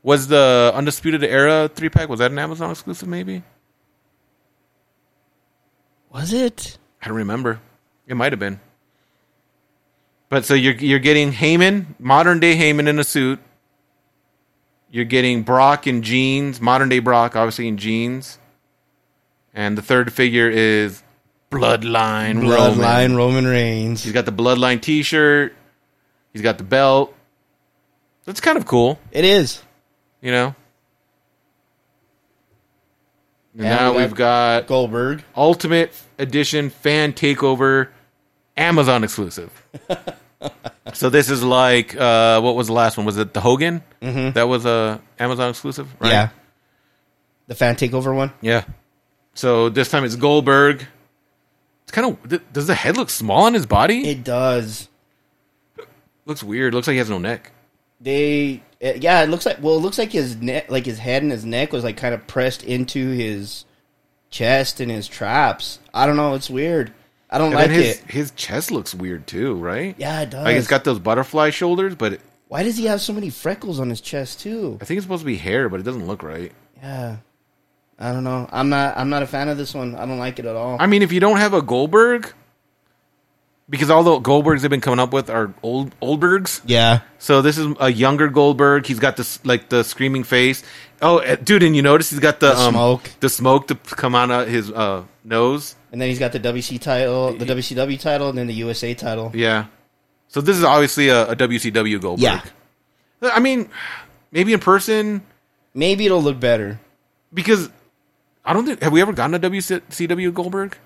C: Was the Undisputed Era three pack was that an Amazon exclusive? Maybe
A: Was it?
C: I don't remember. It might have been. But so you're you're getting Heyman, modern day Heyman in a suit. You're getting Brock in jeans, modern day Brock, obviously in jeans. And the third figure is Bloodline. Roman.
A: Bloodline Roman Reigns.
C: He's got the Bloodline T-shirt. He's got the belt. That's kind of cool,
A: It is.
C: you know. And
A: Yeah,
C: now
A: we got-
C: we've got
A: Goldberg.
C: Ultimate Edition Fan Takeover, Amazon exclusive. so this is like uh, what was the last one? Was it the Hogan? Mm-hmm. That was a Amazon exclusive, right?
A: Yeah. The fan takeover one.
C: yeah. So this time it's Goldberg. It's kind of th- does the head look small on his body?
A: It does.
C: looks weird. Looks like he has no neck.
A: They it- yeah, it looks like well, it looks like his neck, like his head and his neck was like kind of pressed into his chest and his traps. I don't know. It's weird. I don't
C: And
A: like
C: then
A: it.
C: his his chest looks weird too, right?
A: Yeah, it does.
C: Like it's got those butterfly shoulders, but it,
A: Why does he have so many freckles on his chest too?
C: I think it's supposed to be hair, but it doesn't look right.
A: Yeah. I don't know. I'm not. I'm not a fan of this one. I don't like it at all.
C: I mean, if you don't have a Goldberg, because all the Goldbergs they've been coming up with are old Oldbergs.
A: yeah.
C: So this is a younger Goldberg. He's got this like the screaming face. Oh, eh, dude, and you notice he's got the,
A: The
C: um,
A: smoke.
C: the smoke to p- come out of his uh, nose.
A: And then he's got the WC title, the WCW title, and then the USA title.
C: Yeah. So this is obviously a, a WCW Goldberg.
A: Yeah.
C: I mean, maybe in person.
A: Maybe it'll look better.
C: because I don't think have we ever gotten a WCW Goldberg.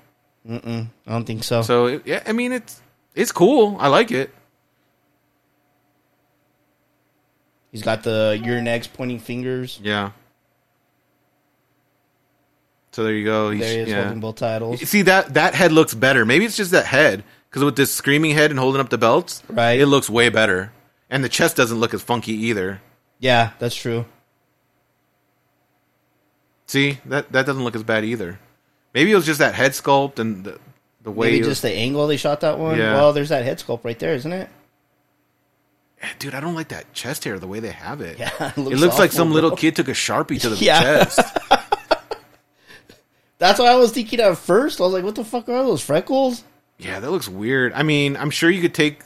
A: I don't think so.
C: So it- yeah, I mean it's it's cool. I like it.
A: He's got the your next pointing fingers.
C: Yeah. So there you go. He's,
A: There he is
C: yeah.
A: holding both titles.
C: See that that head looks better. Maybe it's just that head because with this screaming head and holding up the belts,
A: Right.
C: It looks way better, and the chest doesn't look as funky either.
A: Yeah, that's true.
C: See that that doesn't look as bad either. Maybe it was just that head sculpt and the the way.
A: Maybe
C: it was-
A: just the angle they shot that one.
C: Yeah.
A: Well, there's that head sculpt right there, isn't it?
C: Dude, I don't like that chest hair the way they have it.
A: Yeah, it
C: it
A: looks
C: looks, like
A: awful,
C: some little
A: bro.
C: kid took a sharpie to the
A: Yeah.
C: chest.
A: That's what I was thinking at first. I was like, what the fuck are those freckles?
C: Yeah, that looks weird. I mean, I'm sure you could take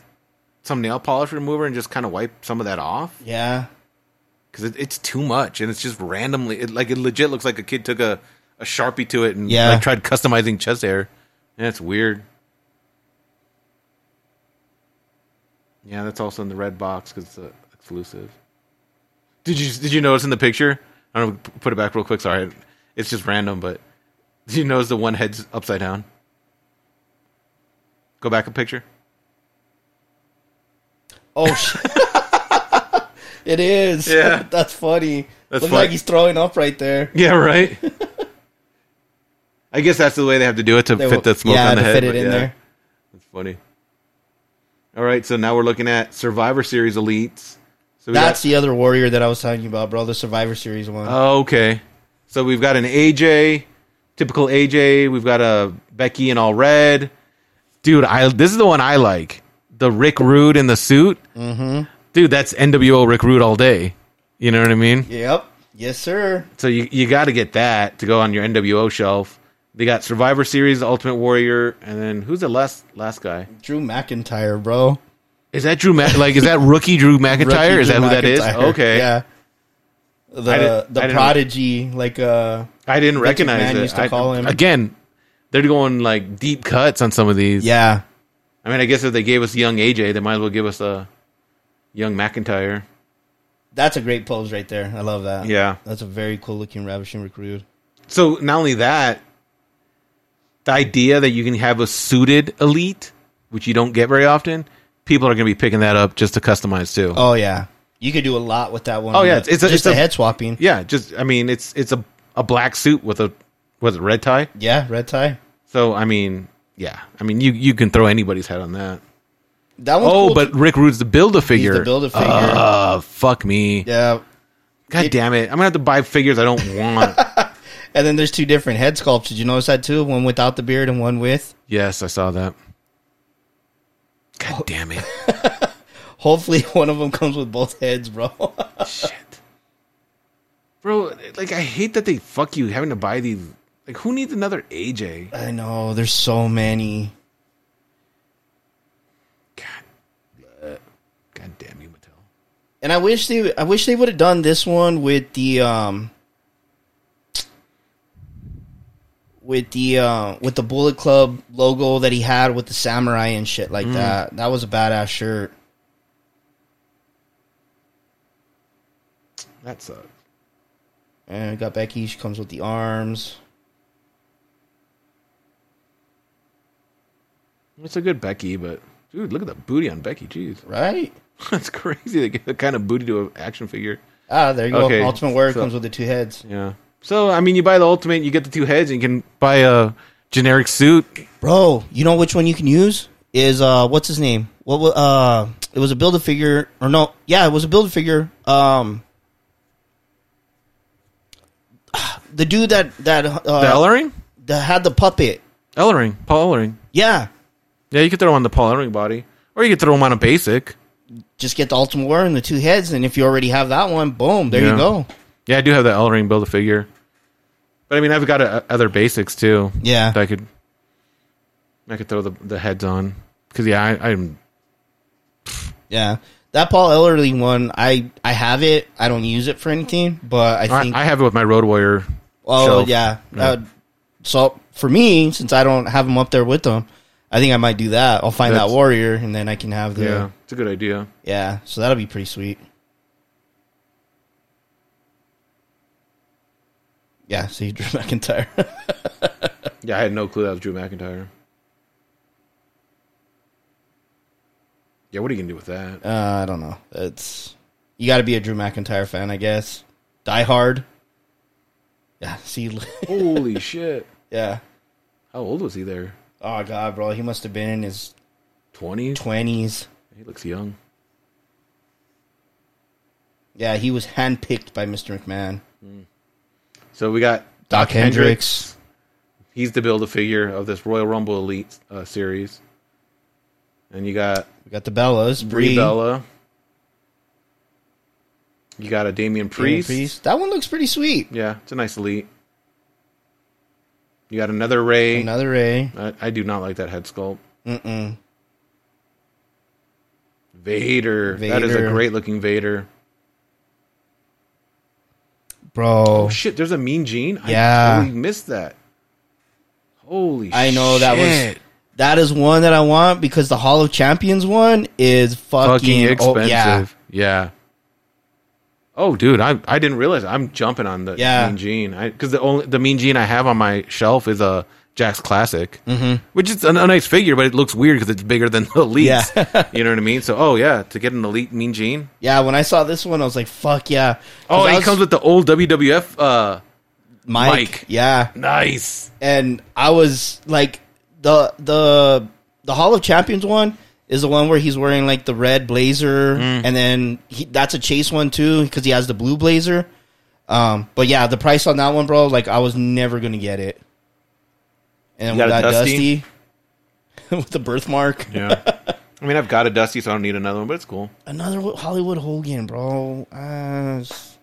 C: some nail polish remover and just kind of wipe some of that off
A: Yeah.
C: because it, it's too much and it's just randomly. It, like it legit looks like a kid took a, a sharpie to it and
A: Yeah.
C: like, tried customizing chest hair. Yeah, it's weird. Yeah, that's also in the red box because it's uh, exclusive. Did you did you notice in the picture? I don't know, p- put it back real quick. Sorry, it's just random. But did you notice the one head's upside down? Go back a picture.
A: Oh shit. it is.
C: Yeah.
A: That's funny.
C: That's
A: Looks
C: funny.
A: like he's throwing up right there.
C: Yeah, right. I guess that's the way they have to do it to
A: They
C: fit
A: will-
C: the smoke
A: yeah,
C: on the
A: to
C: head.
A: fit it
C: but
A: in
C: yeah,
A: there.
C: That's funny. All right, so now we're looking at Survivor Series elites. So we got-
A: That's the other warrior that I was telling you about, bro. The Survivor Series one.
C: Oh, okay. So we've got an AJ, typical AJ. We've got a Becky in all red. Dude, I this is the one I like. The Rick Rude in the suit. Mm-hmm. Dude, that's NWO Rick Rude all day. You know what I mean?
A: yep. Yes, sir.
C: So you you got to get that to go on your NWO shelf. They got Survivor Series, Ultimate Warrior, and then who's the last last guy?
A: Drew McIntyre, bro.
C: Is that Drew? Mc, like, is that rookie Drew McIntyre?
A: Rookie
C: is that
A: Drew
C: who that is?
A: McIntyre.
C: Okay,
A: Yeah.
C: I
A: The
C: didn't- I
A: the
C: didn't-
A: prodigy, like uh
C: I didn't
A: Vince
C: recognize
A: McMahon
C: it.
A: used to
C: I-
A: call him.
C: Again, they're going like deep cuts on some of these.
A: yeah.
C: I mean, I guess if they gave us young AJ, they might as well give us a young McIntyre.
A: That's a great pose right there. I love that.
C: Yeah.
A: That's a very cool looking ravishing recruit.
C: So not only that, the idea that you can have a suited elite, which you don't get very often, people are going to be picking that up just to customize too.
A: Oh yeah. You could do a lot with that one.
C: Oh, yeah, it's- it's a-
A: just
C: it's
A: a,
C: a-
A: head swapping.
C: Yeah, just I mean, it's it's a a black suit with a was it red tie?
A: Yeah, red tie.
C: So I mean, yeah, I mean you you can throw anybody's head on that.
A: That one's
C: Oh,
A: cool.
C: but Rick Rude's the build a figure.
A: He's the Build-A-Figure.
C: Uh, fuck me.
A: yeah.
C: God damn it! I'm gonna have to buy figures I don't want.
A: And then there's two different head sculpts. Did you notice that too? One without the beard and one with.
C: Yes, I saw that. God damn it.
A: Hopefully, one of them comes with both heads, bro.
C: Shit. Bro, like, I hate that they fuck you having to buy these. Like, who needs another AJ?
A: I know. There's so many.
C: God damn you, Mattel.
A: And I wish they, I wish they would have done this one with the, um, with the, uh, with the Bullet Club logo that he had with the samurai and shit like that. That was a badass shirt.
C: That sucks.
A: And we got Becky. She comes with the arms.
C: It's a good Becky, but dude, look at the booty on Becky. Jeez.
A: Right.
C: That's crazy. They give the kind of booty to an action figure.
A: Ah, there you
C: Okay,
A: go. Ultimate Warrior
C: so-
A: comes with the two heads.
C: Yeah. So, I mean, you buy the ultimate, you get the two heads, and you can buy a generic suit.
A: Bro, you know which one you can use is uh what's his name? What wa- uh it was a build a figure or no? Yeah, it was a build a figure. Um the dude that that uh,
C: The Ellering?
A: that had the puppet.
C: Ellering. Paul Ellering.
A: Yeah.
C: Yeah, you could throw him on the Paul Ellering body. Or you could throw him on a basic.
A: Just get the Ultimate Warrior and the two heads and if you already have that one, boom, there
C: Yeah.
A: you go.
C: Yeah, I do have the Ellering build a figure, but I mean, I've got uh other basics too.
A: Yeah.
C: that I could, I could throw the the heads on because yeah, I, I'm
A: Yeah. That Paul Ellerly one, I I have it. I don't use it for anything, but I
C: I,
A: think
C: I have it with my Road Warrior.
A: Oh
C: shelf.
A: yeah. That would- so for me, since I don't have them up there with them, I think I might do that. I'll find
C: That's-
A: that warrior, and then I can have the
C: yeah,
A: yeah.
C: it's a good idea.
A: So that'll be pretty sweet. Yeah. See Drew McIntyre.
C: Yeah, I had no clue that was Drew McIntyre. Yeah, what are you gonna do with that?
A: uh, I don't know. It's you got to be a Drew McIntyre fan, I guess. Die hard. Yeah. See.
C: Holy shit!
A: yeah.
C: How old was he there?
A: Oh god, bro. He must have been in his
C: Twenties.
A: twenties.
C: He looks young.
A: Yeah, he was handpicked by Mr. McMahon.
C: So we got
A: Doc Hendricks.
C: He's the build a figure of this Royal Rumble Elite uh, series. And you got
A: We got the Bellas.
C: Brie
A: Brie.
C: Bella. You got a Damian Priest.
A: Priest. That one looks pretty sweet.
C: Yeah, it's a nice elite. You got another Ray.
A: Another Ray.
C: I, I do not like that head sculpt. Mm-mm. Vader. That is a
A: Vader.
C: great looking Vader.
A: Bro.
C: Oh shit, there's a Mean Gene.
A: Yeah.
C: I totally missed that. Holy
A: I know that was
C: shit.
A: That is one that I want because the Hall of Champions one is fucking,
C: fucking expensive.
A: Oh, yeah.
C: yeah. Oh, dude, I I didn't realize I'm jumping on the
A: Yeah.
C: Mean Gene. I because the only the Mean Gene I have on my shelf is a Jack's Classic, mm-hmm. which is a, a nice figure, but it looks weird because it's bigger than the elite.
A: Yeah.
C: you know what I mean. So, oh yeah, to get an elite Mean Gene.
A: Yeah, when I saw this one, I was like, fuck yeah. 'Cause
C: Oh,
A: I
C: and he
A: was-
C: comes with the old WWF. Uh,
A: Mike.
C: Mike.
A: Yeah.
C: nice.
A: and I was like the the the Hall of Champions one is the one where he's wearing like the red blazer,
C: Mm.
A: and then he, that's a chase one too because he has the blue blazer. Um, but yeah, the price on that one, bro, like I was never gonna get it. And
C: You
A: with
C: got
A: that
C: a
A: dusty,
C: Dusty?
A: with the birthmark,
C: Yeah. I mean, I've got a Dusty, so I don't need another one, but it's cool.
A: another Ho- Hollywood Hogan, bro. Uh, s-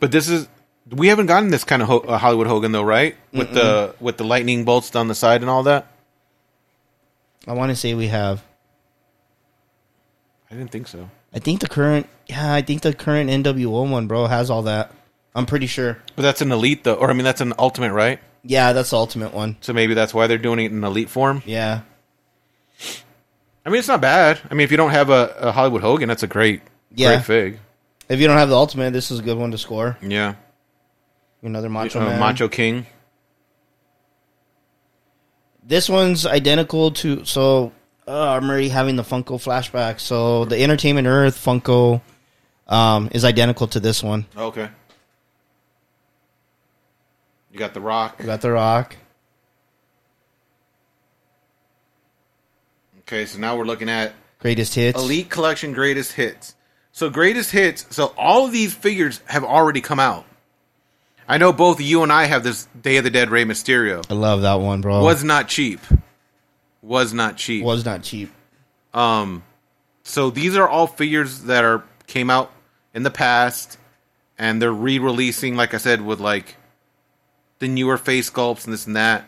C: But this is we haven't gotten this kind of Ho- uh, Hollywood Hogan though, right? With the with the lightning bolts down the side and all that.
A: I want to say we have.
C: I didn't think so.
A: I think the current, yeah, I think the current NWO one, bro, has all that. I'm pretty sure.
C: But that's an elite though, or I mean that's an ultimate, right?
A: Yeah, that's the ultimate one.
C: So maybe that's why they're doing it in elite form.
A: Yeah.
C: I mean, it's not bad. I mean, if you don't have a, a Hollywood Hogan, that's a great,
A: Yeah.
C: great fig.
A: If you don't have the ultimate, this is a good one to score.
C: Yeah,
A: Another Macho
C: Uh,
A: Man.
C: Macho King.
A: This one's identical to so uh, I'm already having the Funko flashback. So the Entertainment Earth Funko um, is identical to this one.
C: Oh, okay. You got the Rock.
A: We got the Rock.
C: Okay, so now we're looking at
A: Greatest hits.
C: Elite Collection Greatest Hits. So greatest hits. So all of these figures have already come out. I know both you and I have this Day of the Dead Rey Mysterio.
A: I love that one, bro.
C: Was not cheap. Was not cheap.
A: was not cheap.
C: Um, so these are all figures that are came out in the past, and they're re-releasing. Like I said, with like the newer face sculpts and this and that.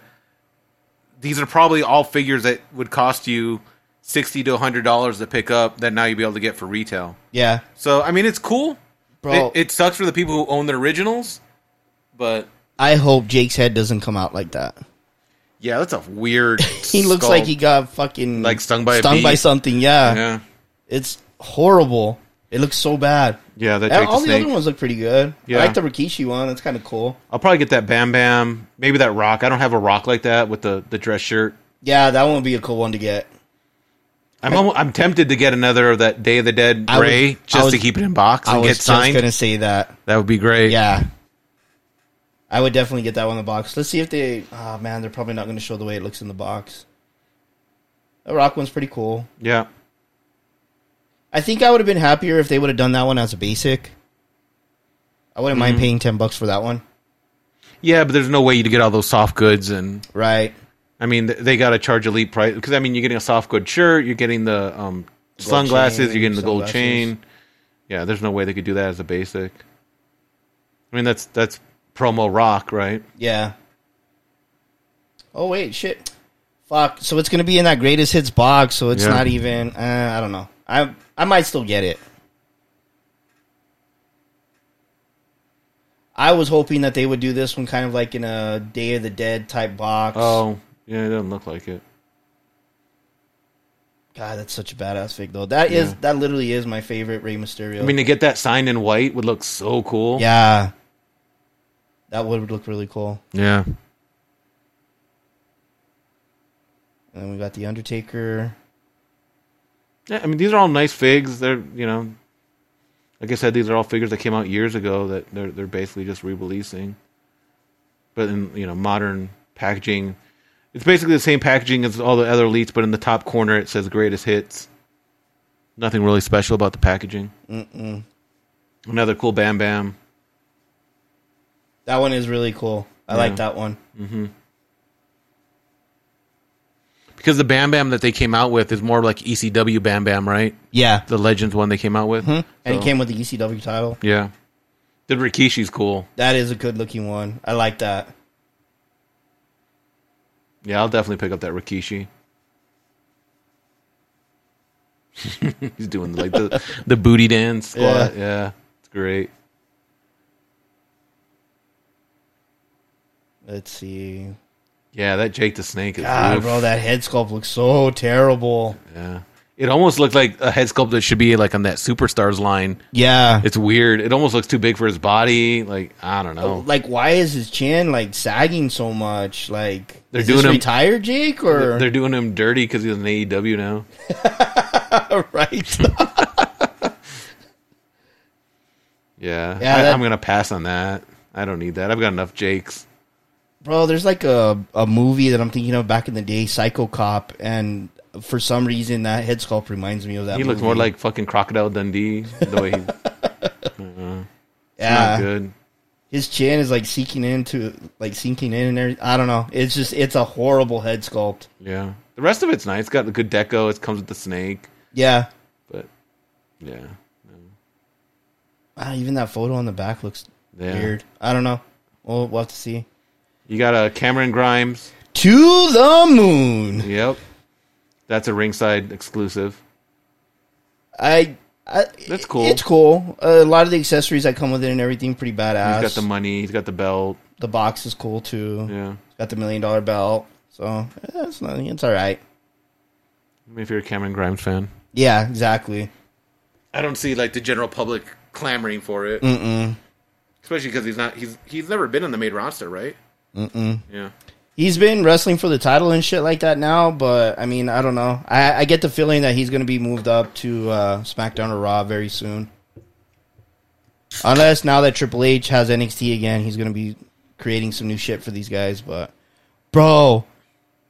C: These are probably all figures that would cost you sixty to hundred dollars to pick up that now you'll be able to get for retail.
A: Yeah,
C: So I mean, it's cool.
A: bro.
C: It, it sucks for the people who own the originals, but
A: I hope Jake's head doesn't come out like that.
C: yeah, that's a weird.
A: He looks like he got fucking
C: Like stung by a
A: stung
C: bee.
A: by something. Yeah.
C: yeah,
A: it's horrible. It looks so bad.
C: yeah. That
A: And
C: Jake
A: all
C: the
A: the
C: Snake.
A: other ones look pretty good.
C: Yeah.
A: I like the Rikishi one. That's kind of cool.
C: I'll probably get that Bam Bam, maybe that rock. I don't have a rock like that with the, the dress shirt.
A: Yeah, that one would be a cool one to get.
C: I'm almo- I'm tempted to get another of that Day of the Dead
A: I was-
C: Ray
A: I
C: just
A: was-
C: to keep it in box
A: I
C: and
A: was
C: get signed.
A: just gonna say that.
C: That would be great.
A: Yeah, I would definitely get that one in the box. Let's see if they. Oh man, they're probably not gonna show the way it looks in the box. The rock one's pretty cool.
C: yeah.
A: I think I would have been happier if they would have done that one as a basic. I wouldn't
C: Mm-hmm.
A: mind paying ten bucks for that one.
C: Yeah, but there's no way you'd get all those soft goods, and
A: Right.
C: I mean th- they got to charge elite price because I mean you're getting a soft good shirt, you're getting the um, sunglasses,
A: chain,
C: you're getting the gold
A: sunglasses.
C: chain. Yeah, there's no way they could do that as a basic. I mean that's that's promo rock, right?
A: Yeah. Oh wait, shit. Fuck. So it's gonna be in that greatest hits box. So it's
C: Yeah.
A: not even. Uh, I don't know. I I might still get it. I was hoping that they would do this one kind of like in a Day of the Dead type box.
C: Oh, yeah, it doesn't look like it.
A: God, that's such a badass fig though. That is
C: Yeah.
A: that literally is my favorite Rey Mysterio.
C: I mean to get that signed in white would look so cool.
A: yeah, that would look really cool.
C: Yeah.
A: And then we got the Undertaker.
C: Yeah, I mean these are all nice figs. They're you know, like I said, these are all figures that came out years ago that they're they're basically just re-releasing, but in you know modern packaging, it's basically the same packaging as all the other elites, but in the top corner it says greatest hits. Nothing really special about the packaging. Mm-mm. Another cool Bam Bam.
A: That one is really cool. I
C: Yeah.
A: like that one.
C: Because the Bam Bam that they came out with is more like ECW Bam Bam, right?
A: Yeah,
C: The Legends one they came out with.
A: Mm-hmm. And he
C: So,
A: came with the ECW title.
C: Yeah. The Rikishi's cool.
A: That is a good looking one. I like that.
C: Yeah, I'll definitely pick up that Rikishi. He's doing like the, the booty dance squat. Yeah. it's great.
A: Let's see.
C: Yeah, that Jake the Snake is.
A: God,
C: oof.
A: bro, that head sculpt looks so terrible.
C: Yeah. It almost looked like a head sculpt that should be like on that superstars line.
A: Yeah.
C: It's weird. It almost looks too big for his body. Like I don't know.
A: Like, why is his chin like sagging so much? Like,
C: They're
A: is this
C: doing him-
A: retired Jake or
C: They're doing him dirty because he's in AEW now.
A: right? Yeah,
C: Yeah, I,
A: that-
C: I'm gonna pass on that. I don't need that. I've got enough Jakes.
A: Bro, there's like a, a movie that I'm thinking of back in the day, Psycho Cop, and for some reason that head sculpt reminds me of that.
C: He looks
A: movie.
C: more like fucking Crocodile Dundee the way he's not
A: yeah,
C: good.
A: his chin is like seeking into like sinking in and everything. I don't know. It's just it's a horrible head sculpt.
C: Yeah, the rest of it's nice. It's got the good deco. It comes with the snake,
A: Yeah,
C: but yeah,
A: Ah, even that photo on the back looks
C: Yeah.
A: weird. I don't know. We'll, we'll have to see.
C: you got a Cameron Grimes.
A: To the moon.
C: Yep, that's a ringside exclusive.
A: I. I
C: That's cool.
A: It's cool. a lot of the accessories that come with it and everything pretty badass.
C: He's got the money. He's got the belt.
A: the box is cool too.
C: Yeah.
A: Got the million dollar belt. So that's nothing. It's all right.
C: I mean, if you're a Cameron Grimes fan,
A: Yeah, exactly.
C: I don't see like the general public clamoring for it,
A: Mm-mm.
C: especially because he's not. He's he's never been on the main roster, right? Mm-mm. Yeah.
A: He's been wrestling for the title and shit like that now, but I mean, I don't know. I, I get the feeling that he's going to be moved up to uh, SmackDown or Raw very soon. Unless now that Triple H has NXT again, he's going to be creating some new shit for these guys. But, bro,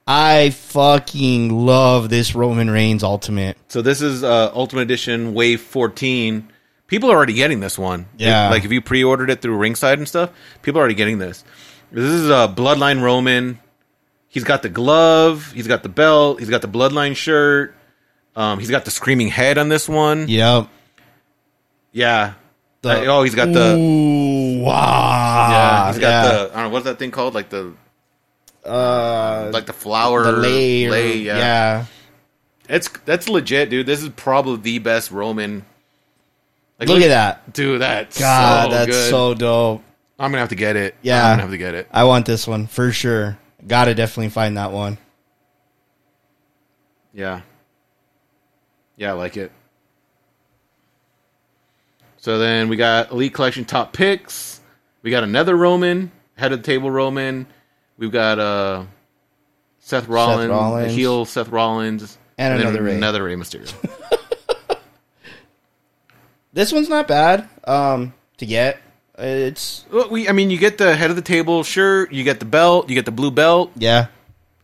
A: I fucking love this Roman Reigns Ultimate.
C: So this is uh, Ultimate Edition Wave 14. People are already getting this one.
A: Yeah.
C: like if you pre-ordered it through Ringside and stuff, people are already getting this. This is uh, Bloodline Roman. He's got the glove. He's got the belt. He's got the Bloodline shirt. Um, he's got the screaming head on this one.
A: Yep.
C: Yeah.
A: The-
C: Uh, oh, he's got the.
A: Ooh, wow.
C: Yeah, he's
A: Ah,
C: got
A: Yeah.
C: the. I don't know what's that thing called, like the
A: uh,
C: like the flower
A: the layer.
C: lay, yeah.
A: yeah.
C: it's that's legit, dude. This is probably the best Roman. Like,
A: Look at that.
C: dude. That's
A: God,
C: so
A: that's
C: good.
A: so dope.
C: I'm gonna have to get it.
A: Yeah.
C: I'm gonna have to get it.
A: I want this one for sure. Gotta definitely find that one.
C: Yeah, yeah, I like it. So then we got Elite Collection top picks. We got another Roman head of the table Roman. We've got uh Seth Rollins, the
A: Rollins.
C: heel Seth Rollins,
A: And
C: then
A: another Rey.
C: another Rey Mysterio.
A: This one's not bad um, to get. It's
C: Well, we, I mean, you get the head of the table shirt, you get the belt, you get the blue belt.
A: yeah,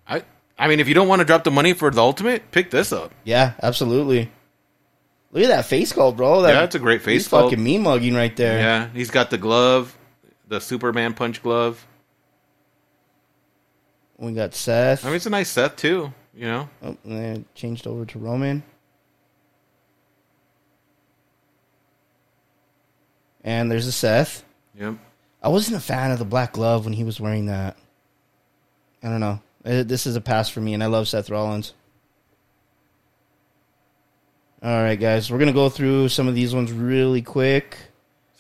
C: I, I mean, if you don't want to drop the money for the ultimate, pick this up.
A: yeah, absolutely. Look at that face call, bro. That,
C: Yeah, that's a great face
A: he's
C: call.
A: Fucking me mugging right there.
C: Yeah, he's got the glove, the Superman punch glove.
A: We got Seth.
C: I mean, it's a nice set too. You know,
A: oh, and then it changed over to Roman. And there's a Seth.
C: yep.
A: I wasn't a fan of the black glove when he was wearing that. I don't know. Uh, This is a pass for me, and I love Seth Rollins. All right, guys, we're gonna go through some of these ones really quick.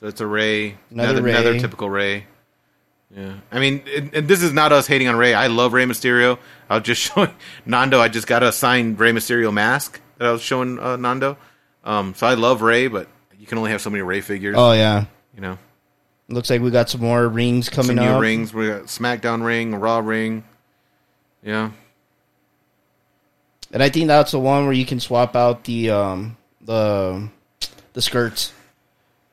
C: So it's a Ray,
A: Another
C: another,
A: Rey.
C: another typical Ray. Yeah, I mean, and, and this is not us hating on Ray. I love Ray Mysterio. I was just showing Nando. I just got a signed Ray Mysterio mask that I was showing uh, Nando. Um, so I love Ray, but you can only have so many Ray figures.
A: Oh yeah,
C: You know,
A: looks like we got some more rings coming
C: some new
A: up.
C: rings. We got SmackDown ring, a Raw ring. Yeah,
A: And I think that's the one where you can swap out the um the the skirts.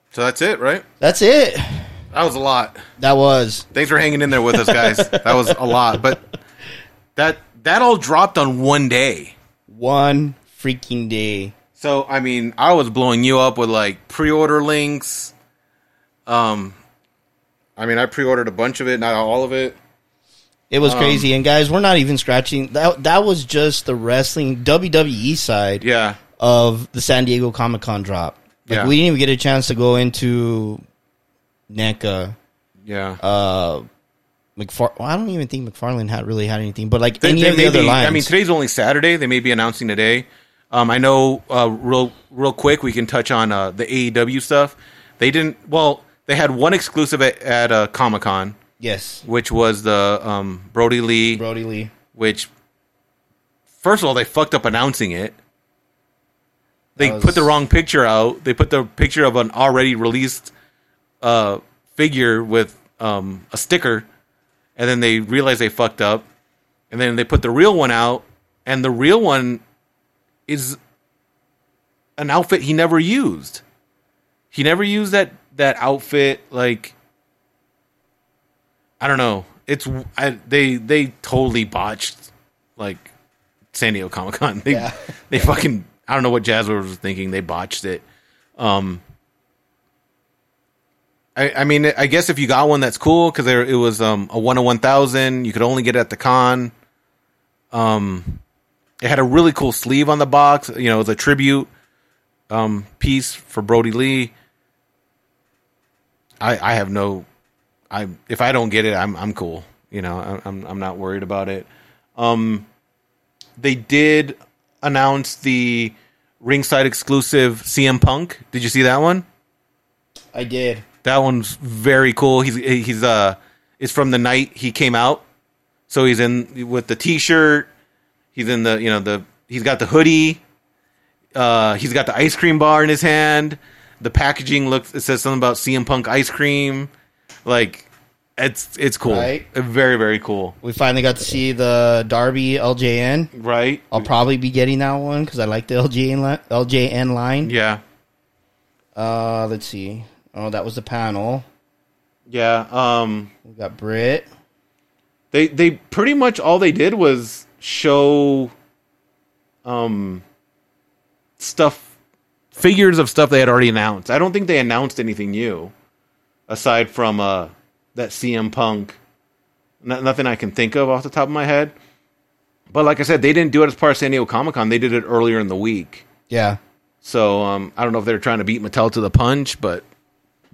C: so that's it, right?
A: That's it.
C: That was a lot.
A: That was
C: Thanks for hanging in there with us, guys. that was a lot, but that that all dropped on one day.
A: one freaking day.
C: So I mean, I was blowing you up with like pre-order links. Um, I mean, I pre-ordered a bunch of it, not all of it.
A: It was crazy. And guys, we're not even scratching that. That was just the wrestling WWE side.
C: Yeah,
A: of the San Diego Comic Con drop. Like
C: Yeah.
A: we didn't even get a chance to go into E NECA.
C: yeah.
A: Uh, McFar- well, I don't even think McFarlane had really had anything, but like
C: They-
A: any
C: they
A: of the
C: may
A: other
C: be-
A: lines.
C: I mean, today's only Saturday. They may be announcing today. Um, I know. Uh, real, real quick, we can touch on uh, the AEW stuff. They didn't. Well, they had one exclusive at, at uh, Comic Con.
A: Yes.
C: which was the um, Brody Lee,
A: Brody Lee.
C: which first of all they fucked up announcing it. They
A: That was-
C: put the wrong picture out. They put the picture of an already released uh, figure with um, a sticker, and then they realized they fucked up, and then they put the real one out, and the real one is an outfit he never used. He never used that that outfit. Like I don't know. It's I, they they totally botched like San Diego Comic Con. They
A: Yeah.
C: they fucking I don't know what Jazz was thinking. They botched it. Um. I, I mean, I guess if you got one, that's cool because there it was um, a one to one thousand. You could only get it at the con. Um, it had a really cool sleeve on the box. You know, it was a tribute um, piece for Brody Lee. I I have no, I if I don't get it, I'm I'm cool. You know, I- I'm I'm not worried about it. Um, they did announce the ringside exclusive CM Punk. Did you see that one?
A: I did.
C: That one's very cool. He's he's uh it's from the night he came out. So he's in with the t-shirt. He's in the you know the he's got the hoodie. Uh he's got the ice cream bar in his hand. The packaging looks it says something about CM Punk ice cream. Like it's it's cool.
A: Right.
C: Very very cool.
A: We finally got to see the Darby LJN.
C: Right?
A: I'll probably be getting that one because I like the LJN li- LJN line.
C: Yeah.
A: Uh, let's see. Oh, that was the panel.
C: Yeah. Um
A: We got Britt.
C: they they pretty much all they did was show um stuff figures of stuff they had already announced. I don't think they announced anything new aside from uh that CM Punk no- nothing I can think of off the top of my head. But like I said, they didn't do it as part of San Diego Comic Con. They did it earlier in the week.
A: Yeah.
C: So um, I don't know if they were trying to beat Mattel to the punch, but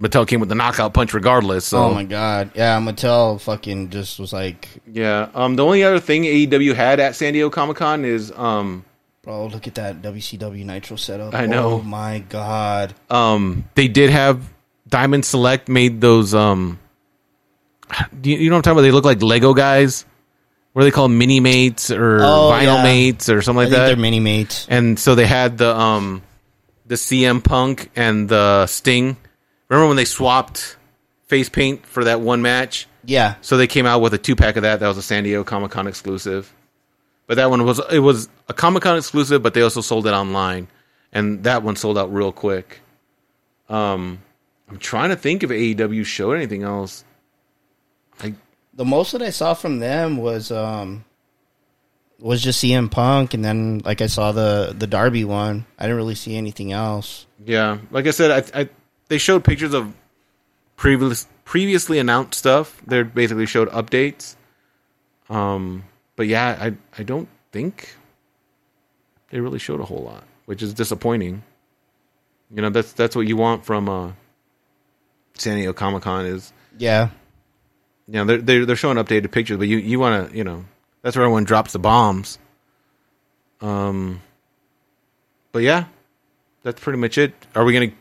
C: Mattel came with the knockout punch regardless. So
A: Oh my god. Yeah, Mattel fucking just was like,
C: Yeah. Um. The only other thing AEW had at San Diego Comic Con is um
A: bro, look at that WCW Nitro setup.
C: I know.
A: Oh my god.
C: um they did have Diamond Select made those um. do You, you know what I'm talking about? They look like Lego guys. What are they called? Mini mates or
A: Oh,
C: vinyl
A: yeah.
C: mates or something
A: I
C: like
A: think they're
C: that.
A: mini mates.
C: and so they had the um the CM Punk and the Sting. Remember when they swapped face paint for that one match?
A: Yeah.
C: So they came out with a two pack of that. That was a San Diego Comic Con exclusive. But that one was it was a Comic Con exclusive, but they also sold it online, and that one sold out real quick. Um, I'm trying to think if AEW showed anything else. I
A: The most that I saw from them was um was just CM Punk and then like I saw the the Darby one. I didn't really see anything else.
C: yeah, like I said, I, I they showed pictures of previous previously announced stuff. They basically showed updates. Um, but yeah, I I don't think they really showed a whole lot, which is disappointing. You know, that's that's what you want from uh, San Diego Comic Con is
A: Yeah.
C: you know they're they're, they're showing updated pictures, but you you want to you know that's where everyone drops the bombs. Um, but yeah, that's pretty much it. Are we gonna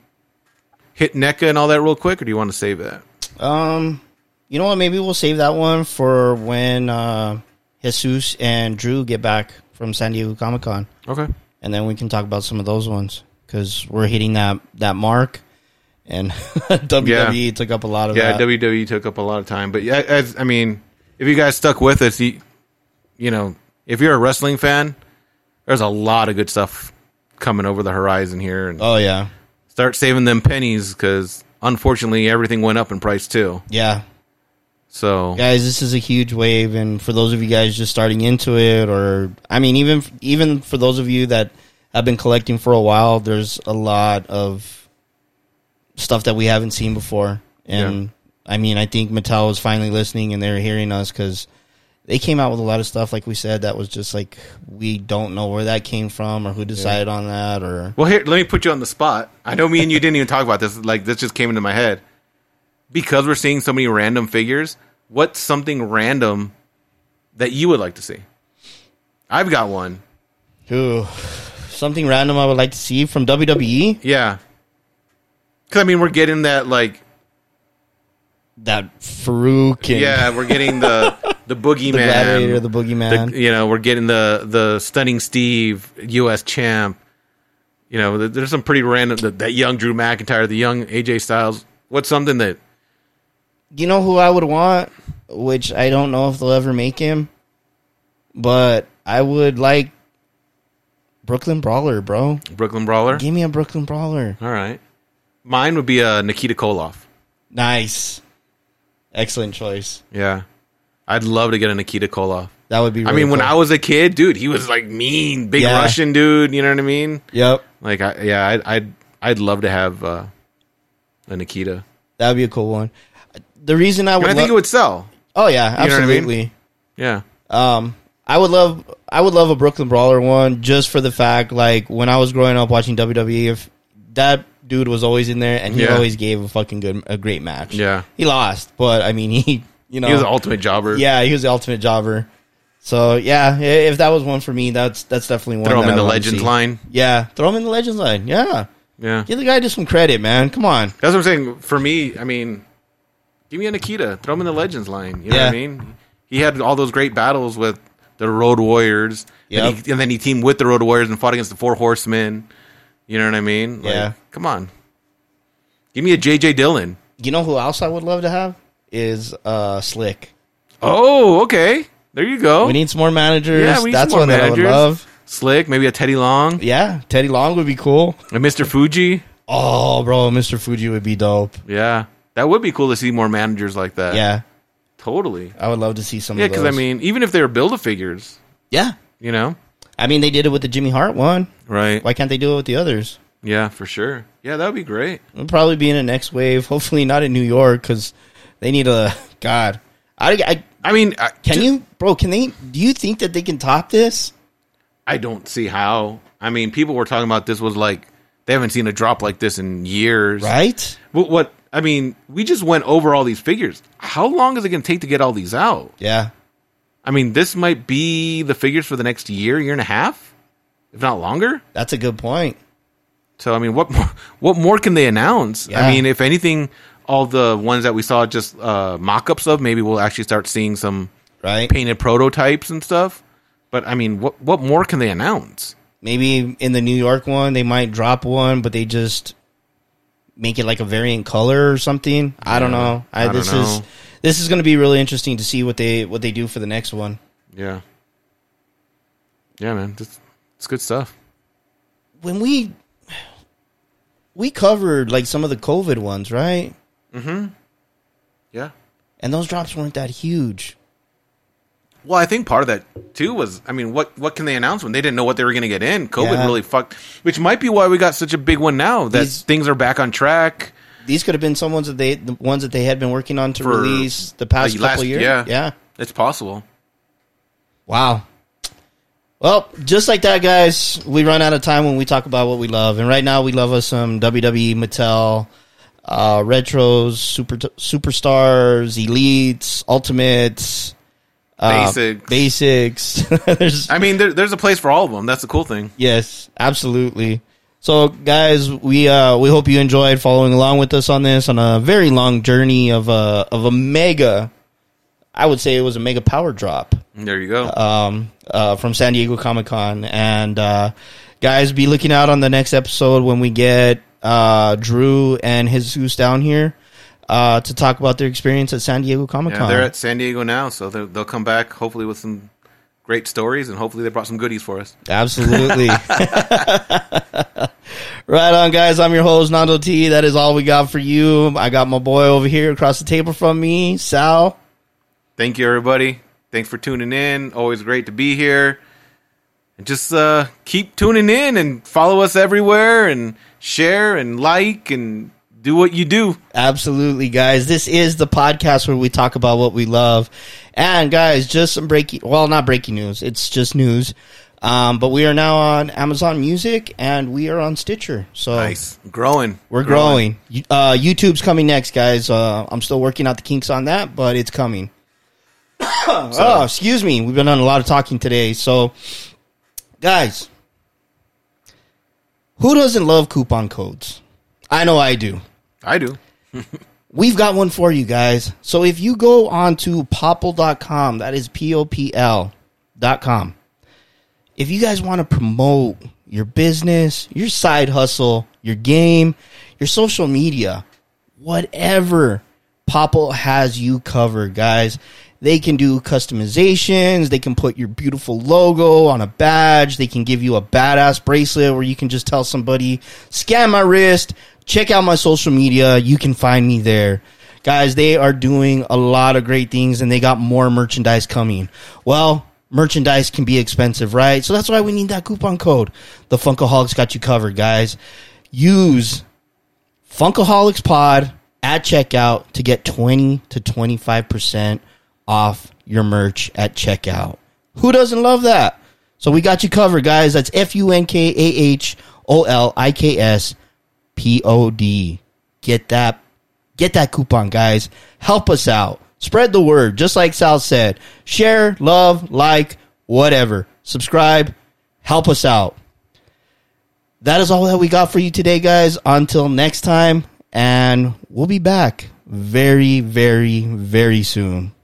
C: hit NECA and all that real quick, or do you want to save that?
A: Um you know what, maybe we'll save that one for when uh Jesus and Drew get back from San Diego Comic Con.
C: Okay.
A: and then we can talk about some of those ones because we're hitting that that mark, and WWE took up a lot of
C: Yeah,
A: that.
C: WWE took up a lot of time, but yeah, as I mean, if you guys stuck with us, you, you know, if you're a wrestling fan, there's a lot of good stuff coming over the horizon here, and
A: oh yeah,
C: start saving them pennies because unfortunately everything went up in price too.
A: yeah,
C: So
A: guys, this is a huge wave, and for those of you guys just starting into it, or I mean, even even for those of you that have been collecting for a while, there's a lot of stuff that we haven't seen before, and I mean, I think Mattel is finally listening and they're hearing us because. they came out with a lot of stuff, like we said, that was just like we don't know where that came from or who decided on that or
C: Well, here, let me put you on the spot. I know me and you didn't even talk about this. Like, this just came into my head. Because we're seeing so many random figures, what's something random that you would like to see? I've got one.
A: who. Something random I would like to see from E WWE.
C: Yeah. Because, I mean, we're getting that, like,
A: that Farouk and
C: Yeah, we're getting the the boogeyman,
A: the Gladiator, the Boogeyman.
C: The- you know, we're getting the the stunning Steve U.S. champ. You know, th- there's some pretty random that, that young Drew McIntyre, the young AJ Styles. What's something that
A: you know who I would want, which I don't know if they'll ever make him, but I would like Brooklyn Brawler, bro.
C: Brooklyn Brawler?
A: Give me a Brooklyn Brawler.
C: All right, mine would be uh, Nikita Koloff.
A: Nice, excellent choice.
C: Yeah, I'd love to get a Nikita Koloff.
A: That would be.
C: I
A: Really
C: mean, when
A: cool.
C: I was a kid, dude, he was like mean, big
A: Yeah.
C: Russian dude. You know what I mean?
A: yep,
C: Like, I, yeah, I'd, I'd I'd love to have uh, a Nikita.
A: that would be a cool one. The reason I
C: And
A: would,
C: I think
A: lo-
C: it would sell.
A: oh yeah,
C: You know what I mean?
A: absolutely.
C: Yeah.
A: Um, I would love, I would love a Brooklyn Brawler one just for the fact, like when I was growing up watching WWE, if that dude was always in there and he
C: Yeah.
A: always gave a fucking good, a great match.
C: Yeah.
A: he lost, but I mean, he, you know,
C: He was the ultimate jobber.
A: yeah, he was the ultimate jobber. So yeah, i- if that was one for me, that's that's definitely one.
C: Throw him
A: that
C: in
A: I
C: the
A: wanna
C: legends
A: see.
C: line.
A: Yeah, throw him in the legends line. Yeah,
C: Yeah.
A: give the guy just some credit, man. Come on.
C: That's what I'm saying. For me, I mean, give me a Nikita. Throw him in the legends line. You know what I
A: Yeah.
C: mean? He had all those great battles with the Road Warriors. and
A: Yep.
C: he- and then he teamed with the Road Warriors and fought against the Four Horsemen. You know what I mean? Like,
A: Yeah.
C: Come on. Give me a J.J. Dillon.
A: You know who else I would love to have is uh Slick.
C: Oh, okay. There you go.
A: We need some more managers.
C: Oh. Yeah, we need
A: that's
C: some more
A: one that
C: managers.
A: I would love.
C: Slick, maybe a Teddy Long,
A: Yeah, Teddy Long would be cool.
C: a Mr. Fuji.
A: Oh, bro, Mr. Fuji would be dope.
C: Yeah. That would be cool to see more managers like that.
A: Yeah,
C: Totally.
A: I would love to see some.
C: Yeah,
A: of
C: because I
A: those.
C: mean, even if they were build a figures,
A: yeah,
C: you know,
A: I mean, they did it with the Jimmy Hart one.
C: right?
A: Why can't they do it with the others?
C: yeah, for sure. Yeah, that would be great.
A: It'll probably be in the next wave. Hopefully, not in New York because they need a God. I, I
C: I mean, I,
A: can
C: ju-
A: you, bro? Can they? Do you think that they can top this?
C: I don't see how. I mean, people were talking about this was like they haven't seen a drop like this in years,
A: Right?
C: What? what I mean, we just went over all these figures. How long is it going to take to get all these out?
A: Yeah,
C: I mean, this might be the figures for the next year, year and a half, if not longer.
A: that's a good point.
C: So I mean, what more, what more can they announce?
A: Yeah.
C: I mean, if anything, all the ones that we saw just uh, mock-ups of, maybe we'll actually start seeing some
A: Right?
C: painted prototypes and stuff. But I mean, what what more can they announce?
A: Maybe in the New York one, they might drop one, but they just make it like a variant color or something. I don't
C: Yeah,
A: know. I,
C: I don't
A: this is
C: know.
A: this is going to be really interesting to see what they what they do for the next one.
C: Yeah, yeah, man, it's, it's good stuff.
A: when we we covered like some of the COVID ones, right?
C: Yeah.
A: And those drops weren't that huge.
C: Well, I think part of that too was, I mean, what what can they announce when they didn't know what they were going to get in? COVID
A: Yeah.
C: really fucked, which might be why we got such a big one now that
A: These-
C: things are back on track.
A: These could have been some ones that they the ones that they had been working on to
C: For,
A: release the past
C: like,
A: couple
C: last-
A: years.
C: yeah.
A: yeah.
C: It's possible.
A: Wow. Well, just like that, guys, we run out of time when we talk about what we love, and right now we love us some WWE, Mattel, uh, retros, super superstars, elites, ultimates, uh,
C: Basics.
A: basics. There's
C: I mean, there, there's a place for all of them. That's the cool thing.
A: Yes, absolutely. So, guys, we uh, we hope you enjoyed following along with us on this on a very long journey of a of a mega. I would say it was a mega power drop
C: There you go.
A: um, uh, from San Diego Comic Con, and uh, guys, be looking out on the next episode when we get uh, Drew and Jesus down here uh, to talk about their experience at San Diego Comic
C: yeah,
A: Con.
C: they're at San Diego now, so they'll, they'll come back hopefully with some great stories, and hopefully they brought some goodies for us.
A: Absolutely. right on, guys. I'm your host, Nando T. That is all we got for you. I got my boy over here across the table from me, Sal.
C: Thank you, everybody. Thanks for tuning in. Always great to be here. And just uh, keep tuning in and follow us everywhere, and share and like and do what you do.
A: Absolutely, guys. This is the podcast where we talk about what we love. And, guys, just some breaking, well, not breaking news. It's just news. Um, but we are now on Amazon Music and we are on Stitcher. So
C: Nice, growing.
A: we're growing. You- Uh, YouTube's coming next, guys. Uh, I'm still working out the kinks on that, but it's coming. oh, excuse me. We've been on a lot of talking today. So, guys, who doesn't love coupon codes? I know I do.
C: I do.
A: We've got one for you guys. So if you go on to popple.com, that is P O P L dot com. If you guys want to promote your business, your side hustle, your game, your social media, whatever, Popple has you covered, guys. They can do customizations. They can put your beautiful logo on a badge. They can give you a badass bracelet where you can just tell somebody, scan my wrist, check out my social media. You can find me there. Guys, they are doing a lot of great things and they got more merchandise coming. Well, merchandise can be expensive, right? So that's why we need that coupon code. The Funkaholics got you covered, guys. Use Funkaholics Pod at checkout to get 20 to 25% off your merch at checkout. Who doesn't love that? So we got you covered, guys. That's F U N K A H O L I K S P O D. Get that get that coupon, guys. Help us out. Spread the word, just like Sal said. Share, love, like, whatever. Subscribe. Help us out that is all that we got for you today, guys. Until next time, and we'll be back very, very, very soon.